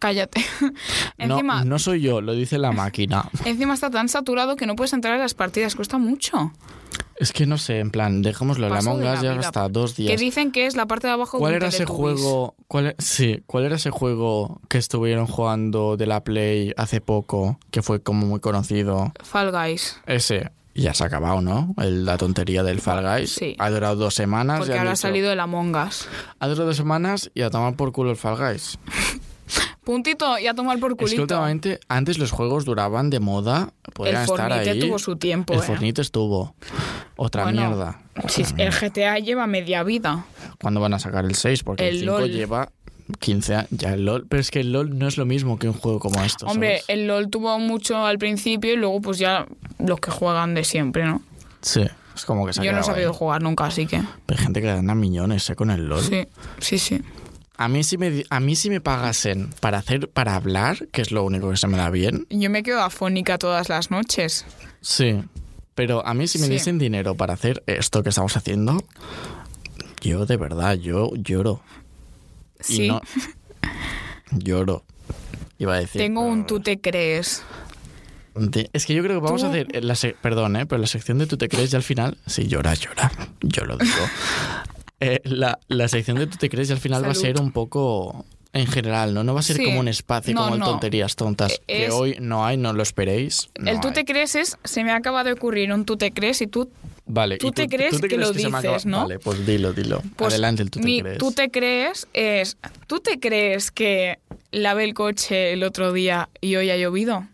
Speaker 1: Cállate.
Speaker 2: No,
Speaker 1: encima,
Speaker 2: no soy yo, lo dice la máquina.
Speaker 1: encima está tan saturado que no puedes entrar en las partidas, cuesta mucho.
Speaker 2: Es que no sé, en plan, dejémoslo. La
Speaker 1: Paso de
Speaker 2: Among
Speaker 1: la
Speaker 2: Us ya
Speaker 1: vida.
Speaker 2: hasta dos
Speaker 1: Que
Speaker 2: días.
Speaker 1: dicen que es la parte de abajo de
Speaker 2: ¿Cuál
Speaker 1: un
Speaker 2: era ese
Speaker 1: Teletubbies.
Speaker 2: juego? Cuál, e- sí, ¿cuál era ese juego que estuvieron jugando de la Play hace poco? Que fue como muy conocido.
Speaker 1: Fall Guys.
Speaker 2: Ese. Ya se ha acabado, ¿no? El- la tontería del Fall Guys.
Speaker 1: Sí.
Speaker 2: Ha durado dos semanas. y
Speaker 1: Porque
Speaker 2: han
Speaker 1: ahora ha
Speaker 2: dicho,
Speaker 1: salido el Among Us.
Speaker 2: Ha durado dos semanas y a tomar por culo el Fall Guys.
Speaker 1: Puntito y a tomar por culito.
Speaker 2: Es que últimamente, antes los juegos duraban de moda. Podían
Speaker 1: el
Speaker 2: estar
Speaker 1: Fornite
Speaker 2: ahí.
Speaker 1: tuvo su tiempo.
Speaker 2: el
Speaker 1: eh.
Speaker 2: Fornite estuvo. Otra
Speaker 1: Bueno,
Speaker 2: mierda.
Speaker 1: Sí, el GTA lleva media vida.
Speaker 2: ¿Cuándo van a sacar el 6? Porque el,
Speaker 1: El
Speaker 2: 5
Speaker 1: LOL.
Speaker 2: lleva 15 años, ya el LOL, pero es que el LOL no es lo mismo que un juego como esto.
Speaker 1: Hombre, eh,
Speaker 2: ¿sabes?
Speaker 1: el LOL tuvo mucho al principio y luego pues ya los que juegan de siempre, ¿no?
Speaker 2: Sí, es como que se ha
Speaker 1: Yo no he
Speaker 2: quedado
Speaker 1: sabido
Speaker 2: ahí.
Speaker 1: jugar nunca, así que...
Speaker 2: Pero hay gente que gana millones eh, con el LOL.
Speaker 1: Sí, sí, sí.
Speaker 2: A mí si me di- a mí si me pagasen para hacer para hablar, que es lo único que se me da bien.
Speaker 1: Yo me quedo afónica todas las noches.
Speaker 2: Sí. Pero a mí si me
Speaker 1: Sí.
Speaker 2: diesen dinero para hacer esto que estamos haciendo, yo de verdad yo lloro
Speaker 1: Sí,
Speaker 2: y no lloro. Iba a decir.
Speaker 1: tengo
Speaker 2: pero-
Speaker 1: un tú te crees.
Speaker 2: Te- Es que yo creo que vamos
Speaker 1: Tú-
Speaker 2: a hacer eh, la sec- perdón, eh, pero la sección de tú te crees ya al final, sí, llora, llora, yo lo digo. Eh, la, la sección de tú te crees ya al final va a
Speaker 1: Salud.
Speaker 2: ser un poco en general, ¿no? No va a ser
Speaker 1: Sí.
Speaker 2: como un espacio
Speaker 1: No,
Speaker 2: como el
Speaker 1: no. Eh,
Speaker 2: tonterías tontas que
Speaker 1: Es-
Speaker 2: hoy no hay, no lo esperéis. no
Speaker 1: el tú te
Speaker 2: hay.
Speaker 1: crees es, se me acaba de ocurrir un tú te crees y tú...
Speaker 2: Vale,
Speaker 1: tú
Speaker 2: ¿y
Speaker 1: te crees que lo
Speaker 2: se me acaba-
Speaker 1: dices, ¿no?
Speaker 2: Vale, pues dilo, dilo.
Speaker 1: Pues,
Speaker 2: Adelante el tú te
Speaker 1: mi
Speaker 2: crees.
Speaker 1: tú te crees es, ¿tú te crees que lavé el coche el otro día y hoy ha llovido?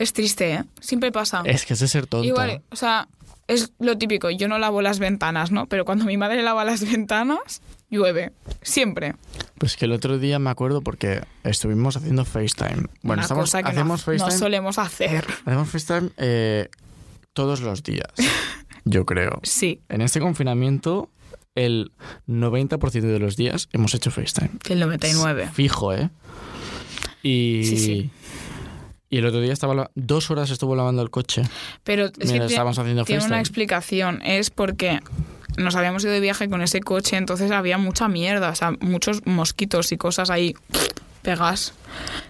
Speaker 1: Es triste, ¿eh? Siempre pasa.
Speaker 2: Es que es de ser tonta.
Speaker 1: Igual, o sea, es lo típico. Yo no lavo las ventanas, ¿no? Pero cuando mi madre lava las ventanas, llueve. Siempre.
Speaker 2: Pues que el otro día me acuerdo porque estuvimos haciendo FaceTime. Bueno,
Speaker 1: Una
Speaker 2: estamos
Speaker 1: cosa que no-
Speaker 2: hacemos
Speaker 1: no,
Speaker 2: FaceTime.
Speaker 1: solemos hacer.
Speaker 2: Hacemos FaceTime eh, todos los días, yo creo.
Speaker 1: Sí,
Speaker 2: En este confinamiento, el 90% de los días hemos hecho FaceTime.
Speaker 1: el 99.
Speaker 2: Fijo, ¿eh? Y,
Speaker 1: Sí, sí.
Speaker 2: y el otro día estaba la- dos horas estuvo lavando el coche.
Speaker 1: Pero es que
Speaker 2: mientras
Speaker 1: tie-
Speaker 2: estábamos haciendo
Speaker 1: tiene una
Speaker 2: FaceTime.
Speaker 1: explicación. Es porque nos habíamos ido de viaje con ese coche, entonces había mucha mierda, o sea, muchos mosquitos y cosas ahí pegas.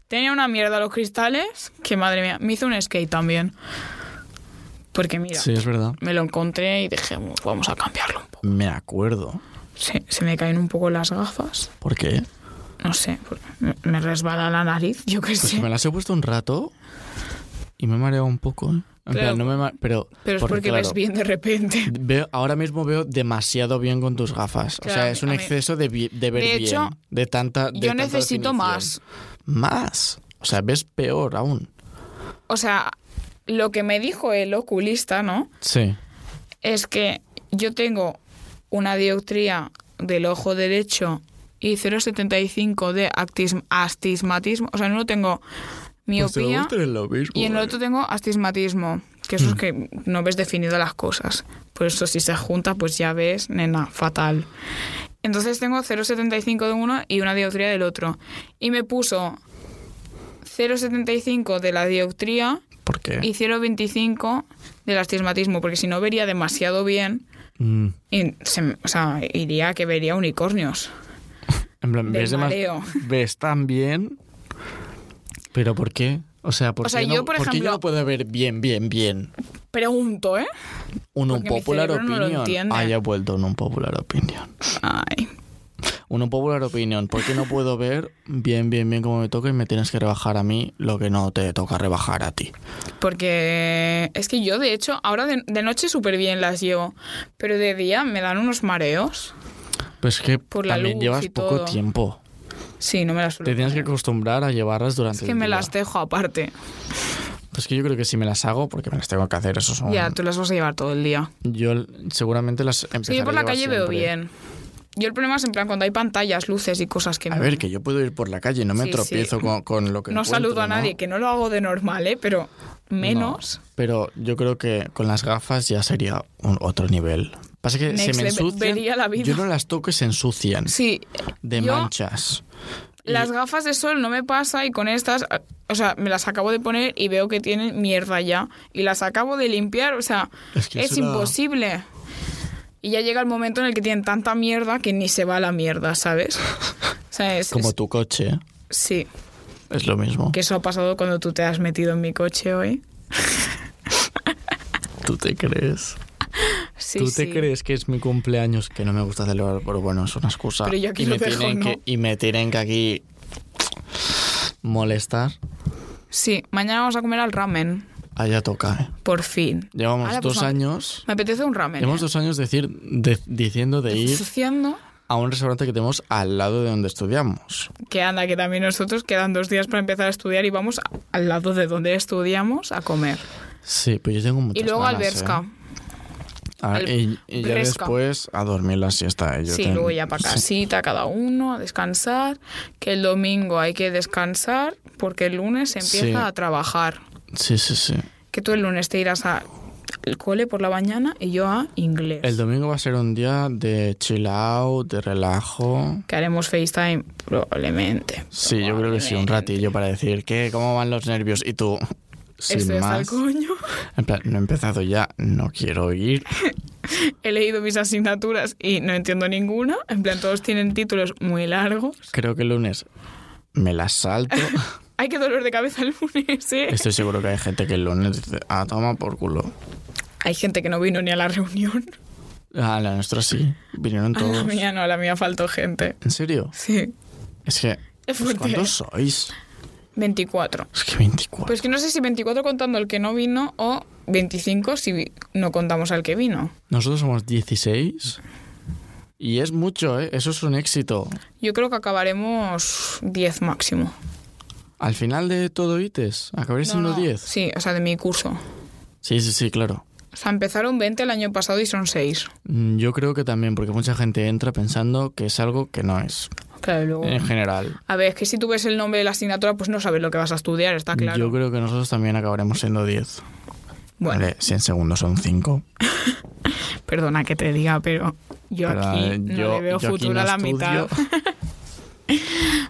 Speaker 1: Tenía una mierda los cristales, que madre mía, me hizo un skate también. Porque mira,
Speaker 2: Sí, es verdad.
Speaker 1: me lo encontré y dije, vamos a cambiarlo un poco.
Speaker 2: Me acuerdo.
Speaker 1: Se, se me caen un poco las gafas.
Speaker 2: ¿Por qué?
Speaker 1: No sé, porque me- me resbala la nariz, yo qué
Speaker 2: Pues
Speaker 1: sé.
Speaker 2: que me las he puesto un rato y me he mareado un poco, ¿eh? En
Speaker 1: Pero-
Speaker 2: plan, no me ma- pero,
Speaker 1: Pero es porque, ves
Speaker 2: claro,
Speaker 1: bien de repente.
Speaker 2: Veo, ahora mismo veo demasiado bien con tus gafas. o
Speaker 1: Claro,
Speaker 2: sea, es un
Speaker 1: a mí-
Speaker 2: exceso de, vi- de ver
Speaker 1: De
Speaker 2: bien.
Speaker 1: hecho,
Speaker 2: de tanta. de
Speaker 1: Yo
Speaker 2: tanta
Speaker 1: necesito
Speaker 2: definición.
Speaker 1: más.
Speaker 2: Más. O sea, ves peor aún.
Speaker 1: O sea, lo que me dijo el oculista, ¿no?
Speaker 2: Sí.
Speaker 1: Es que yo tengo una dioptría del ojo derecho y 0,75 de actis- astigmatismo. O sea, en uno tengo
Speaker 2: Pues
Speaker 1: miopía
Speaker 2: lo mismo.
Speaker 1: y en Pues el eh. otro tengo astigmatismo, que eso es que no ves definido las cosas. Por eso si se junta, pues ya ves, nena, fatal. Entonces tengo 0,75 de uno y una dioptría del otro. Y me puso 0,75 de la dioptría
Speaker 2: ¿Por qué?
Speaker 1: y 0,25 del astigmatismo, porque si no vería demasiado bien,
Speaker 2: Mm.
Speaker 1: y se- o sea, iría que vería unicornios.
Speaker 2: En plan,
Speaker 1: Del
Speaker 2: ves, demas-
Speaker 1: mareo.
Speaker 2: ves tan bien. Pero ¿por qué? O sea, ¿por
Speaker 1: O sea,
Speaker 2: qué no,
Speaker 1: yo, por
Speaker 2: qué
Speaker 1: ejemplo-
Speaker 2: no puedo ver bien, bien, bien?
Speaker 1: Pregunto, ¿eh?
Speaker 2: Un
Speaker 1: Porque mi
Speaker 2: unpopular
Speaker 1: cerebro no lo
Speaker 2: opinion.
Speaker 1: entiende.
Speaker 2: ah, ya he vuelto un unpopular opinion.
Speaker 1: Ay,
Speaker 2: Un unpopular opinion. ¿Por qué no puedo ver bien, bien, bien como me toca y me tienes que rebajar a mí lo que no te toca rebajar a ti?
Speaker 1: Porque es que yo, de hecho, ahora de, de noche súper bien las llevo, pero de día me dan unos mareos.
Speaker 2: Pues es que
Speaker 1: Por la
Speaker 2: también
Speaker 1: luz
Speaker 2: llevas
Speaker 1: y
Speaker 2: poco
Speaker 1: todo.
Speaker 2: tiempo.
Speaker 1: Sí, no me las suelo
Speaker 2: Te tienes que
Speaker 1: poner.
Speaker 2: acostumbrar a llevarlas durante
Speaker 1: Es que
Speaker 2: el
Speaker 1: me
Speaker 2: día.
Speaker 1: las dejo aparte.
Speaker 2: Pues que yo creo que si me las hago, porque me las tengo que hacer, eso son...
Speaker 1: Ya, tú las vas a llevar todo el día.
Speaker 2: Yo l- seguramente las empezaré
Speaker 1: Es que yo por
Speaker 2: a
Speaker 1: la
Speaker 2: llevar
Speaker 1: calle veo
Speaker 2: siempre.
Speaker 1: bien. Yo el problema es en plan cuando hay pantallas, luces y cosas que
Speaker 2: A
Speaker 1: no-
Speaker 2: ver, que yo puedo ir por la calle, no me
Speaker 1: Sí,
Speaker 2: tropiezo
Speaker 1: sí.
Speaker 2: Con, con lo que
Speaker 1: no saludo a
Speaker 2: encuentro,
Speaker 1: nadie,
Speaker 2: ¿no?
Speaker 1: que no lo hago de normal, ¿eh? Pero menos.
Speaker 2: No, pero yo creo que con las gafas ya sería un otro nivel. Pasa que
Speaker 1: Next
Speaker 2: se me
Speaker 1: level,
Speaker 2: ensucian.
Speaker 1: vería la vida.
Speaker 2: Yo no las toco y se ensucian
Speaker 1: Sí,
Speaker 2: de
Speaker 1: yo-
Speaker 2: manchas. Y-
Speaker 1: Las gafas de sol no me pasa y con estas, ah, o sea, me las acabo de poner y veo que tienen mierda ya. Y las acabo de limpiar, o sea,
Speaker 2: Es
Speaker 1: es,
Speaker 2: que eso era-
Speaker 1: imposible. Y ya llega el momento en el que tienen tanta mierda que ni se va la mierda, ¿sabes? O sea, es,
Speaker 2: Como
Speaker 1: es-
Speaker 2: tu coche, ¿eh?
Speaker 1: Sí,
Speaker 2: es lo mismo.
Speaker 1: que eso ha pasado cuando tú te has metido en mi coche hoy.
Speaker 2: ¿Tú te crees?
Speaker 1: Sí,
Speaker 2: ¿Tú te
Speaker 1: sí.
Speaker 2: crees que es mi cumpleaños? Que no me gusta celebrar, pero bueno, es una excusa.
Speaker 1: Pero yo aquí
Speaker 2: y,
Speaker 1: lo
Speaker 2: me
Speaker 1: dejo,
Speaker 2: tienen
Speaker 1: ¿no?
Speaker 2: que, y me tienen que aquí molestar.
Speaker 1: Sí, mañana vamos a comer al ramen,
Speaker 2: Allá toca, ¿eh?
Speaker 1: por fin.
Speaker 2: Llevamos
Speaker 1: Ahora, pues,
Speaker 2: dos
Speaker 1: me-
Speaker 2: años.
Speaker 1: Me apetece un ramen.
Speaker 2: Llevamos dos años decir, de- diciendo de ir
Speaker 1: Asociando
Speaker 2: a un restaurante que tenemos al lado de donde estudiamos.
Speaker 1: Que anda, que también nosotros quedan dos días para empezar a estudiar y vamos a- al lado de donde estudiamos a comer.
Speaker 2: Sí, pero yo tengo muchas
Speaker 1: y luego
Speaker 2: ganas,
Speaker 1: Alberska.
Speaker 2: ¿eh? Ah,
Speaker 1: al
Speaker 2: y, y ya
Speaker 1: Bresca.
Speaker 2: después a dormir la siesta. ¿eh? ellos
Speaker 1: Sí,
Speaker 2: ten-
Speaker 1: luego ya para
Speaker 2: sí.
Speaker 1: casita cada uno a descansar, que el domingo hay que descansar porque el lunes se empieza
Speaker 2: Sí.
Speaker 1: a trabajar.
Speaker 2: Sí, sí, sí.
Speaker 1: Que tú el lunes te irás al cole por la mañana y yo a inglés.
Speaker 2: El domingo va a ser un día de chill out, de relajo.
Speaker 1: que haremos FaceTime probablemente.
Speaker 2: Sí, yo creo que sí, un
Speaker 1: probablemente.
Speaker 2: ratillo para decir que cómo van los nervios y tú, sin
Speaker 1: Estoy hasta el
Speaker 2: más.
Speaker 1: coño.
Speaker 2: En plan, no he empezado ya, no quiero ir.
Speaker 1: He leído mis asignaturas y no entiendo ninguna. En plan, todos tienen títulos muy largos.
Speaker 2: Creo que el lunes me la salto.
Speaker 1: Hay que dolor de cabeza el lunes, ¿eh?
Speaker 2: Estoy seguro que hay gente que el lunes dice, ah, toma por culo.
Speaker 1: Hay gente que no vino ni a la reunión.
Speaker 2: A Ah, la nuestra sí, vinieron
Speaker 1: A la
Speaker 2: todos.
Speaker 1: mía no, a la mía faltó gente.
Speaker 2: ¿En serio?
Speaker 1: Sí.
Speaker 2: Es que,
Speaker 1: Es
Speaker 2: pues,
Speaker 1: fuerte.
Speaker 2: ¿cuántos sois?
Speaker 1: 24.
Speaker 2: Es que 24.
Speaker 1: Pues que no sé si 24 contando el que no vino o 25 si vi- no contamos al que vino.
Speaker 2: Nosotros somos 16 y es mucho, ¿eh? Eso es un éxito.
Speaker 1: Yo creo que acabaremos 10 máximo.
Speaker 2: Al final de todo ITES, acabaré
Speaker 1: No,
Speaker 2: siendo
Speaker 1: no,
Speaker 2: 10.
Speaker 1: Sí, o sea, de mi curso.
Speaker 2: Sí, sí, sí, claro.
Speaker 1: O sea, empezaron 20 el año pasado y son 6.
Speaker 2: Mm, Yo creo que también, porque mucha gente entra pensando que es algo que no es,
Speaker 1: Claro, luego...
Speaker 2: en general.
Speaker 1: A ver, es que si tú ves el nombre de la asignatura, pues no sabes lo que vas a estudiar, está Ah, claro.
Speaker 2: Yo creo que nosotros también acabaremos siendo 10.
Speaker 1: Bueno,
Speaker 2: Vale, 100 segundos son 5.
Speaker 1: perdona que te diga, pero yo aquí no le veo futuro a la mitad.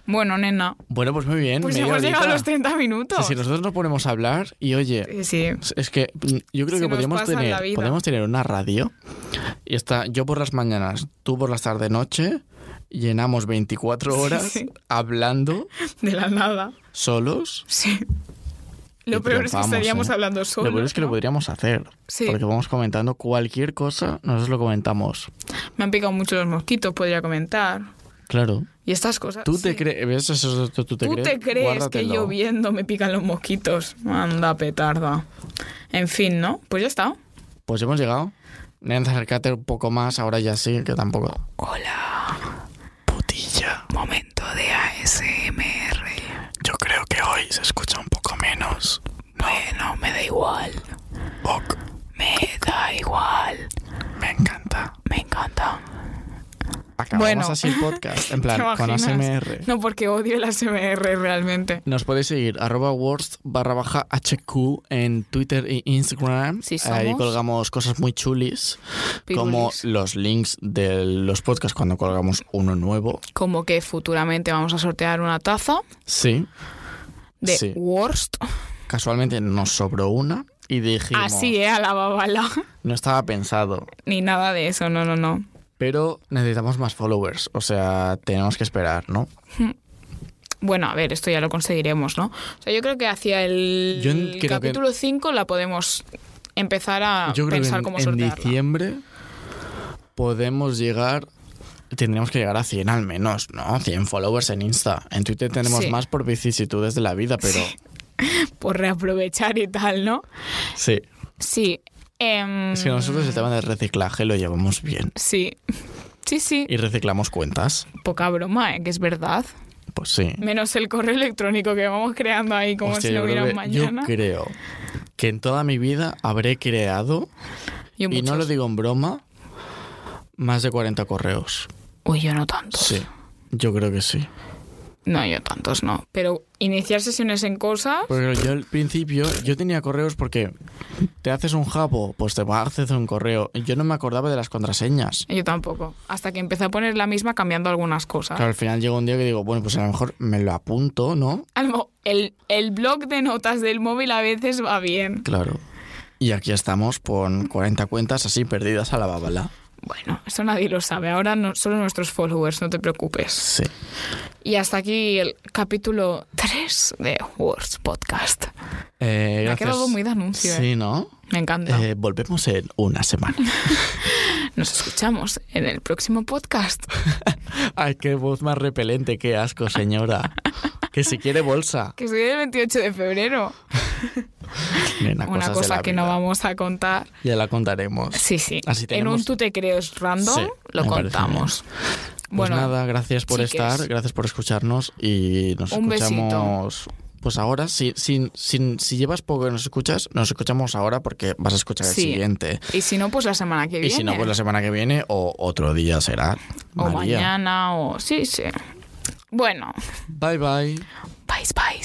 Speaker 1: Bueno, nena,
Speaker 2: Bueno, pues muy bien.
Speaker 1: pues
Speaker 2: media
Speaker 1: hemos llegado a
Speaker 2: horita.
Speaker 1: los 30 minutos.
Speaker 2: Sí, si nosotros nos ponemos a hablar y oye,
Speaker 1: Sí, sí.
Speaker 2: es que mm, yo creo
Speaker 1: Se nos
Speaker 2: que podríamos
Speaker 1: pasa la
Speaker 2: tener,
Speaker 1: vida.
Speaker 2: podríamos tener una radio y está yo por las mañanas, tú por las tarde noche, llenamos 24 horas
Speaker 1: Sí, sí.
Speaker 2: hablando
Speaker 1: De la nada.
Speaker 2: solos.
Speaker 1: Sí. Lo peor
Speaker 2: Y
Speaker 1: es que
Speaker 2: triunfamos,
Speaker 1: estaríamos
Speaker 2: ¿eh?
Speaker 1: hablando solos.
Speaker 2: lo peor es que
Speaker 1: ¿no?
Speaker 2: lo podríamos hacer.
Speaker 1: Sí.
Speaker 2: Porque vamos comentando cualquier cosa, nosotros lo comentamos.
Speaker 1: Me han picado mucho los mosquitos, podría comentar.
Speaker 2: Claro.
Speaker 1: Y estas cosas.
Speaker 2: Tú te
Speaker 1: sí.
Speaker 2: crees, ¿ves? Eso es- tú, tú te
Speaker 1: ¿Tú
Speaker 2: crees,
Speaker 1: te crees
Speaker 2: guárdatelo.
Speaker 1: que lloviendo me pican los mosquitos? Anda petarda. En fin, ¿no? Pues ya está.
Speaker 2: Pues hemos llegado. Nen, acércate un poco más, ahora ya sí, que tampoco. Putilla.
Speaker 1: Momento de ASMR.
Speaker 2: Yo creo que hoy se escucha un poco menos.
Speaker 1: Bueno, me da igual.
Speaker 2: Ok,
Speaker 1: Me da igual.
Speaker 2: me encanta.
Speaker 1: Me encanta.
Speaker 2: Acabamos
Speaker 1: Bueno.
Speaker 2: así el podcast, en plan,
Speaker 1: ¿Te
Speaker 2: con
Speaker 1: imaginas?
Speaker 2: ASMR.
Speaker 1: No, porque odio el ASMR realmente.
Speaker 2: Nos podéis seguir arroba worst barra baja HQ en Twitter e Instagram.
Speaker 1: Sí,
Speaker 2: Ahí
Speaker 1: somos.
Speaker 2: colgamos cosas muy chulis, como
Speaker 1: Pirulis.
Speaker 2: los links de los podcasts cuando colgamos uno nuevo.
Speaker 1: Como que futuramente vamos a sortear una taza
Speaker 2: Sí,
Speaker 1: de
Speaker 2: Sí.
Speaker 1: Worst.
Speaker 2: casualmente nos sobró una y dijimos,
Speaker 1: Así, ¿eh? A la babala.
Speaker 2: no estaba pensado,
Speaker 1: Ni nada de eso, no, no, no.
Speaker 2: pero necesitamos más followers, o sea, tenemos que esperar, ¿no?
Speaker 1: Bueno, a ver, esto ya lo conseguiremos, ¿no? O sea, yo creo que hacia el
Speaker 2: Yo en- creo que-
Speaker 1: capítulo 5 la podemos empezar a
Speaker 2: Yo creo que
Speaker 1: Ah, pensar
Speaker 2: en,
Speaker 1: cómo
Speaker 2: en
Speaker 1: sortearla.
Speaker 2: diciembre podemos llegar. Tendríamos que llegar a 100 al menos, ¿no? 100 followers en Insta. En Twitter tenemos
Speaker 1: Sí.
Speaker 2: más por vicisitudes de la vida, pero
Speaker 1: Por reaprovechar y tal, ¿no?
Speaker 2: sí.
Speaker 1: Sí. em,
Speaker 2: Es que nosotros el tema del reciclaje lo llevamos bien.
Speaker 1: Sí. Sí, sí.
Speaker 2: Y reciclamos cuentas.
Speaker 1: Poca broma, ¿eh? Que es verdad.
Speaker 2: Pues sí.
Speaker 1: Menos el correo electrónico que vamos creando ahí como
Speaker 2: Hostia,
Speaker 1: si
Speaker 2: yo,
Speaker 1: lo
Speaker 2: creo
Speaker 1: hubieran
Speaker 2: que, yo
Speaker 1: mañana.
Speaker 2: creo que en toda mi vida habré creado,
Speaker 1: Yo
Speaker 2: y no
Speaker 1: muchos.
Speaker 2: lo digo en broma, más de 40 correos.
Speaker 1: Uy, yo no tantos.
Speaker 2: Sí. Yo creo que sí.
Speaker 1: No, yo tantos no. Pero iniciar sesiones en cosas...
Speaker 2: Porque yo al principio, yo tenía correos porque te haces un jabo, pues te va a hacer un correo. Yo no me acordaba de las contraseñas.
Speaker 1: Yo tampoco. Hasta que empecé a poner la misma cambiando algunas cosas.
Speaker 2: Claro, al final llega un día que digo, bueno, pues a lo mejor me lo apunto, ¿no?
Speaker 1: A lo mejor El, el blog de notas del móvil a veces va bien.
Speaker 2: Claro. Y aquí estamos con 40 cuentas así perdidas a la bábala.
Speaker 1: Bueno, eso nadie lo sabe. Ahora no, solo nuestros followers, no te preocupes.
Speaker 2: Sí.
Speaker 1: Y hasta aquí el capítulo 3 de Words Podcast.
Speaker 2: Eh,
Speaker 1: Me ha
Speaker 2: gracias.
Speaker 1: quedado muy eh. de anuncio,
Speaker 2: Sí, ¿no?
Speaker 1: Me encanta.
Speaker 2: Eh, volvemos en una semana.
Speaker 1: Nos escuchamos en el próximo podcast.
Speaker 2: Ay, qué voz más repelente, qué asco, señora. que si quiere bolsa.
Speaker 1: Que soy el 28 de febrero.
Speaker 2: Nena, cosas
Speaker 1: Una
Speaker 2: de
Speaker 1: cosa
Speaker 2: la
Speaker 1: que
Speaker 2: vida.
Speaker 1: no vamos a contar.
Speaker 2: Ya la contaremos.
Speaker 1: Sí, sí.
Speaker 2: Así
Speaker 1: en
Speaker 2: tenemos-
Speaker 1: un tú te crees random
Speaker 2: Sí,
Speaker 1: lo
Speaker 2: me parece
Speaker 1: contamos.
Speaker 2: Pues nada, gracias por
Speaker 1: chiques.
Speaker 2: estar, gracias por escucharnos y nos
Speaker 1: Un besito.
Speaker 2: escuchamos pues ahora, si, si, si, si llevas poco que nos escuchas, nos escuchamos ahora porque vas a escuchar el
Speaker 1: Sí.
Speaker 2: siguiente.
Speaker 1: Y si no, pues la semana que
Speaker 2: Y
Speaker 1: viene.
Speaker 2: si no, pues la semana que viene o otro día será.
Speaker 1: o
Speaker 2: María.
Speaker 1: mañana, o... Sí, sí. Bueno,
Speaker 2: Bye bye.
Speaker 1: bye, bye.